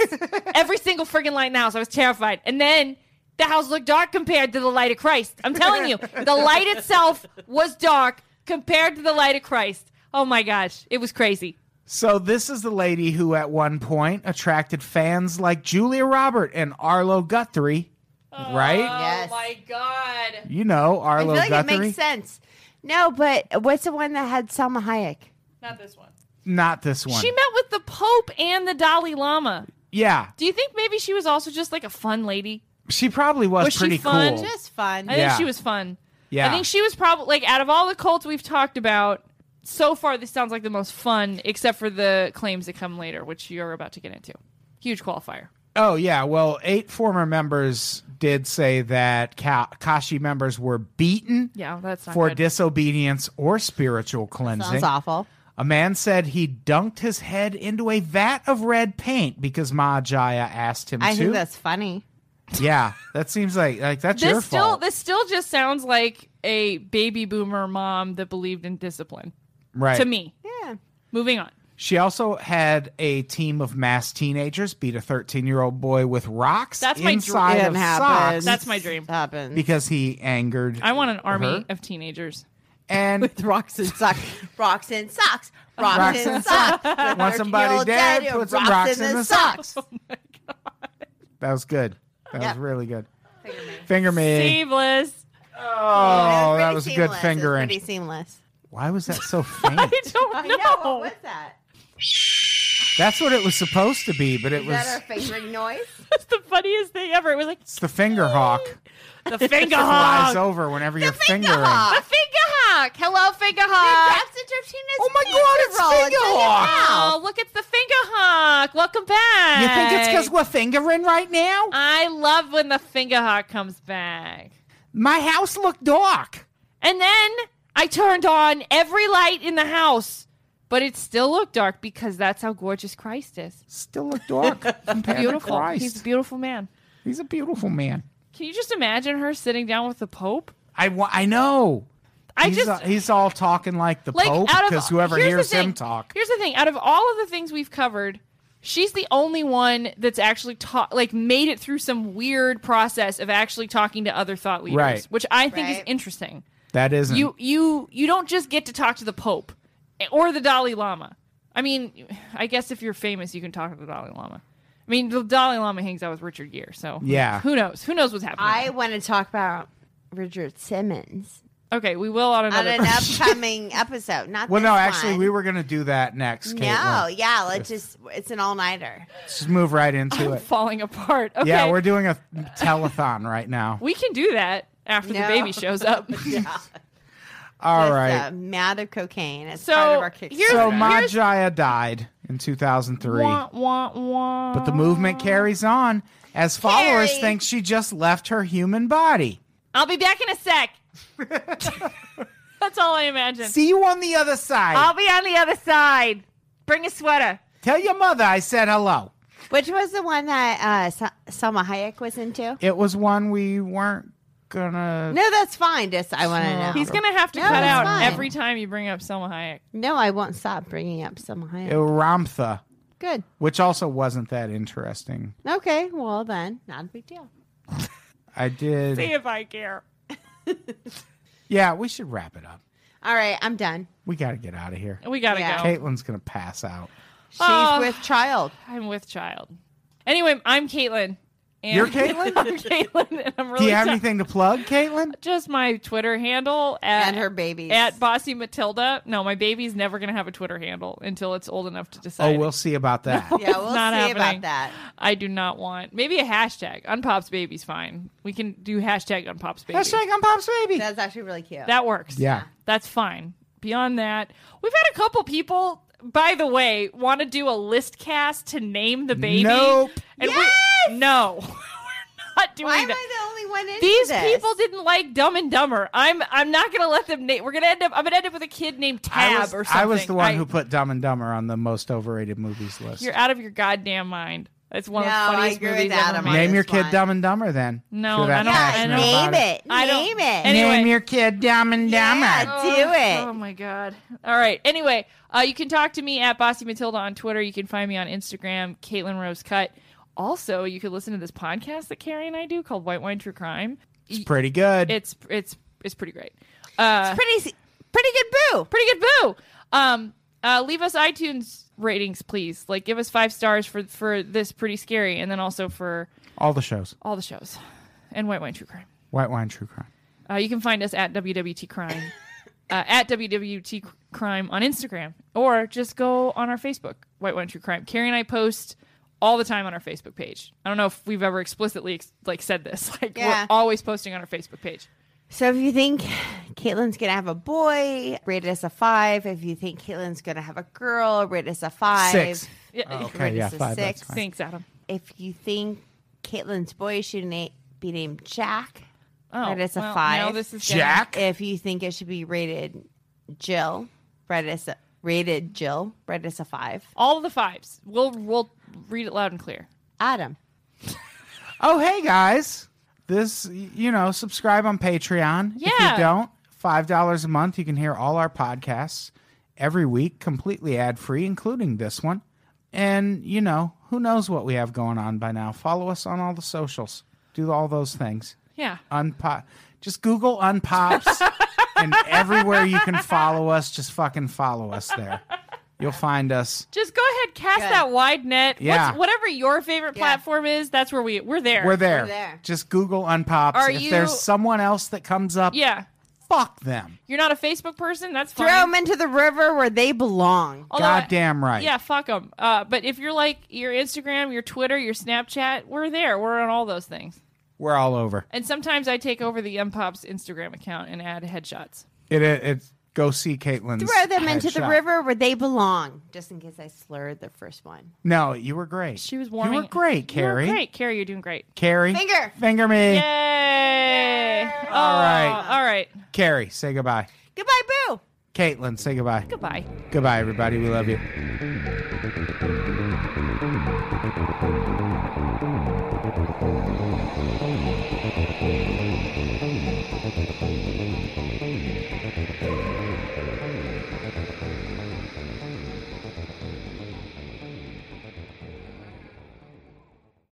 D: every single friggin' light in the house. I was terrified, and then the house looked dark compared to the light of Christ. I'm telling you, the light itself was dark compared to the light of Christ. Oh my gosh, it was crazy.
A: so this is the lady who at one point attracted fans like Julia Robert and Arlo Guthrie. Right?
C: Yes. my
D: Oh god.
A: You know
C: Oh. I
A: Arlo
C: feel like
A: Guthrie.
C: it makes sense. No, but what's the one that had Selma Hayek?
D: Not this one.
A: Not this one.
D: She met with the Pope and the Dalai Lama.
A: yeah.
D: Do you think maybe she was also just like a fun lady?
A: She probably was,
D: Was she
A: pretty
D: fun?
A: cool.
C: Just fun.
D: I
A: Yeah.
D: think she was fun.
A: Yeah.
D: I think she was probably like out of all the cults we've talked about so far, this sounds like the most fun, except for the claims that come later, which you're about to get into. Huge qualifier.
A: Oh yeah, well, eight former members did say that Ka- Kashi members were beaten
D: Yeah, that's not
A: for
D: good.
A: disobedience or spiritual cleansing.
C: Sounds awful.
A: A man said he dunked his head into a vat of red paint because Ma Jaya asked him
C: I
A: to.
C: think that's funny.
A: yeah, that seems like like that's your
D: this still
A: fault,
D: this still just sounds like a baby boomer mom that believed in discipline.
A: right?
D: To me.
C: Yeah.
D: Moving on.
A: she also had a team of mass teenagers beat a 13-year-old boy with rocks
D: That's my dr-
A: inside
C: It
A: of
C: happens.
A: socks
D: That's my dream.
C: Happens.
A: because he angered.
D: I want an army
A: Her?
D: of teenagers.
A: and
C: with rocks and socks. Rocks and socks. Rocks, and, socks.
A: Want somebody dead? Put some rocks in the socks. That was good. That was
C: Yeah.
A: really good. Finger me.
D: Seamless.
A: Oh, that was a good fingering.
C: Pretty seamless.
A: Why was that so faint?
D: I
C: Oh,
D: don't know.
C: that?
A: That's what it was supposed to be, but it
C: Is
A: was
C: that our fingering noise?
D: That's the funniest thing ever. It was like
A: it's the finger hawk
D: the finger
A: flies
D: hawk.
A: over whenever you're
C: finger
A: fingering.
D: The
C: hawk.
D: finger hawk. Hello, finger hawk.
C: Oh my god,
A: it's finger hawk.
D: Oh, look, it's the finger hawk. Welcome back.
A: You think it's because we're fingering right now?
D: I love when the finger hawk comes back.
A: My house looked dark.
D: And then I turned on every light in the house, but it still looked dark because that's how gorgeous Christ is.
A: Still looked dark. compared to
D: Beautiful.
A: Christ.
D: He's a beautiful man.
A: He's a beautiful man.
D: Can you just imagine her sitting down with the Pope?
A: I, wa- I know.
D: I
A: he's
D: just
A: all, he's all talking like the
D: like
A: Pope
D: out of
A: because whoever
D: here's the
A: hears him
D: thing.
A: talk.
D: Here's the thing: out of all of the things we've covered, she's the only one that's actually taught, like, made it through some weird process of actually talking to other thought leaders,
A: Right.
D: which I think is
C: Right.
D: interesting.
A: That isn't
D: You you you don't just get to talk to the Pope or the Dalai Lama. I mean, I guess if you're famous, you can talk to the Dalai Lama. I mean, the Dalai Lama hangs out with Richard Gere, so
A: Yeah.
D: who knows? Who knows what's happening?
C: I want to talk about Richard Simmons
D: okay, we will on
C: on
D: another.
C: an upcoming episode. Not
A: Well,
C: this
A: no, actually,
C: one.
A: we were going to do that next.
C: No,
A: Caitlin.
C: yeah, let's just it's an all nighter.
A: let's just move right into
D: I'm
A: it.
D: falling apart. Okay.
A: Yeah, we're doing a telethon right now.
D: we can do that after the
C: No.
D: baby shows up.
A: All
C: With
A: right.
C: the amount of cocaine as
D: So,
C: part of our Kickstarter.
D: here's-
A: So Ma
D: Here's-
A: Jaya died in 2003,
D: Wah, wah, wah.
A: but the movement carries on as followers
C: Carrie.
A: think she just left her human body.
D: I'll be back in a sec. That's all I imagine.
A: See you on the other side.
D: I'll be on the other side. Bring a sweater.
A: Tell your mother I said hello.
C: Which was the one that uh, Sa- Selma Hayek was into?
A: It was one we weren't gonna.
C: No, that's fine. Just I want to know.
D: He's gonna have to
C: No,
D: cut
C: it's
D: out
C: fine.
D: every time you bring up Selma Hayek.
C: no, I won't stop bringing up Selma Hayek.
A: It was Ramtha,
C: Good.
A: which also wasn't that interesting.
C: Okay. Well, then, not a big deal.
A: I did.
D: See if I care.
A: Yeah, we should wrap it up.
C: All right, I'm done.
A: We got to get out of here.
D: We gotta
C: Yeah.
D: go.
A: Caitlin's gonna pass out.
C: She's
D: Oh.
C: with child.
D: I'm with child. Anyway, I'm Caitlin. And
A: You're Caitlin?
D: I'm Caitlin, and I'm
A: Do
D: really
A: you have
D: sorry.
A: anything to plug, Caitlin?
D: just my Twitter handle at
C: And her babies.
D: at Bossy Matilda. No, my baby's never gonna have a Twitter handle until it's old enough to decide.
A: Oh, we'll see about that.
C: yeah, we'll see
D: not happening.
C: about that.
D: I do not want maybe a hashtag. Unpops baby's fine. We can do hashtag unpops baby.
A: Hashtag on Pop's Baby.
C: That's actually really cute.
D: That works.
A: Yeah.
D: That's fine. Beyond that, we've had a couple people, by the way, want to do a list cast to name the baby.
A: Nope.
D: And we, no. We're not doing
C: Why am
D: that.
C: I the only one in
D: These
C: this?
D: people didn't like Dumb and Dumber. I'm I'm not gonna let them name. We're gonna end up. I'm gonna end up with a kid named Tab
A: I was,
D: or something.
A: I was the one
D: I-
A: who put Dumb and Dumber on the most overrated movies list.
D: You're out of your goddamn mind. It's one
C: No,
D: of the
C: I
D: funniest
C: agree with
D: movies ever
C: Adam.
D: made.
A: Name
C: Minus
A: your kid
C: one.
A: Dumb and Dumber then.
D: No,
A: If you're that
D: I don't- I
C: Yeah,
A: passionate
C: name
A: about
C: it.
D: I don't-
C: Name it.
D: Any- Anyway.
A: Name your kid Dumb and Dumber.
C: Yeah. Do it.
D: Oh my god. All right. Anyway, uh, you can talk to me at Bossy Matilda on Twitter. You can find me on Instagram, Caitlin Rose Cut. Also, you can listen to this podcast that Carrie and I do called White Wine True Crime.
A: It's pretty good.
D: It's it's it's pretty great. Uh,
C: pretty, pretty good boo.
D: pretty good boo. Um, uh, leave us iTunes ratings, please. Like, give us five stars for for this pretty scary, and then also for
A: All the shows.
D: all the shows and White Wine True Crime.
A: White Wine True Crime.
D: Uh, you can find us at WWT Crime, uh, at WWT Crime on Instagram, or just go on our Facebook, White Wine True Crime. Carrie and I post all the time on our Facebook page. I don't know if we've ever explicitly ex- like said this. Like
C: Yeah.
D: we're always posting on our Facebook page.
C: So if you think Caitlin's gonna have a boy, rate us a five. If you think Caitlin's gonna have a girl, rate us a five.
A: Six.
D: Yeah.
A: Okay, yeah,
C: This is
A: five. That's
C: six.
A: fine.
D: Thanks, Adam.
C: If you think Caitlin's boy should na- be named Jack,
D: Oh,
C: rate us a
D: well,
C: five.
D: Now this is getting-
A: Jack.
C: if you think it should be rated Jill, rate us a, rated Jill, rate us a five.
D: all of the fives. We'll we'll read it loud and clear.
C: Adam.
A: Oh, hey guys. This, you know, subscribe on Patreon. If
D: Yeah.
A: you don't, $5 a month. You can hear all our podcasts every week, completely ad free, including this one. And, you know, who knows what we have going on by now. Follow us on all the socials. Do all those things.
D: Yeah.
A: Uh, Unpop. Just Google Unpops. and everywhere you can follow us, just fucking follow us there. You'll find us.
D: Just go ahead, cast
C: Good.
D: that wide net.
A: Yeah.
D: What's, whatever your favorite platform is, that's where we we're there.
A: We're there.
C: We're there.
A: Just Google Unpops.
D: Are
A: if
D: you-
A: there's someone else that comes up,
D: Yeah.
A: fuck them.
D: You're not a Facebook person. That's fine.
C: Throw them into the river where they belong.
D: Although I-
A: Goddamn right.
D: Yeah, fuck them. Uh, but if you're like your Instagram, your Twitter, your Snapchat, we're there. We're on all those things.
A: We're all over.
D: And sometimes I take over the Mpops Instagram account and add headshots.
A: It, it, it go see Caitlin's.
C: Throw them into the
A: headshot.
C: river where they belong. Just in case I slurred the first one.
A: No, you were great.
D: She was warming.
A: You were great,
D: You were
A: Carrie.
D: great, Carrie. You're doing great.
A: Carrie.
C: Finger.
A: Finger me.
D: Yay! All
A: right.
D: All right.
A: Carrie, say goodbye.
C: Goodbye, boo.
A: Caitlin, say goodbye.
D: Goodbye.
A: goodbye, everybody. We love you.
B: Thank you.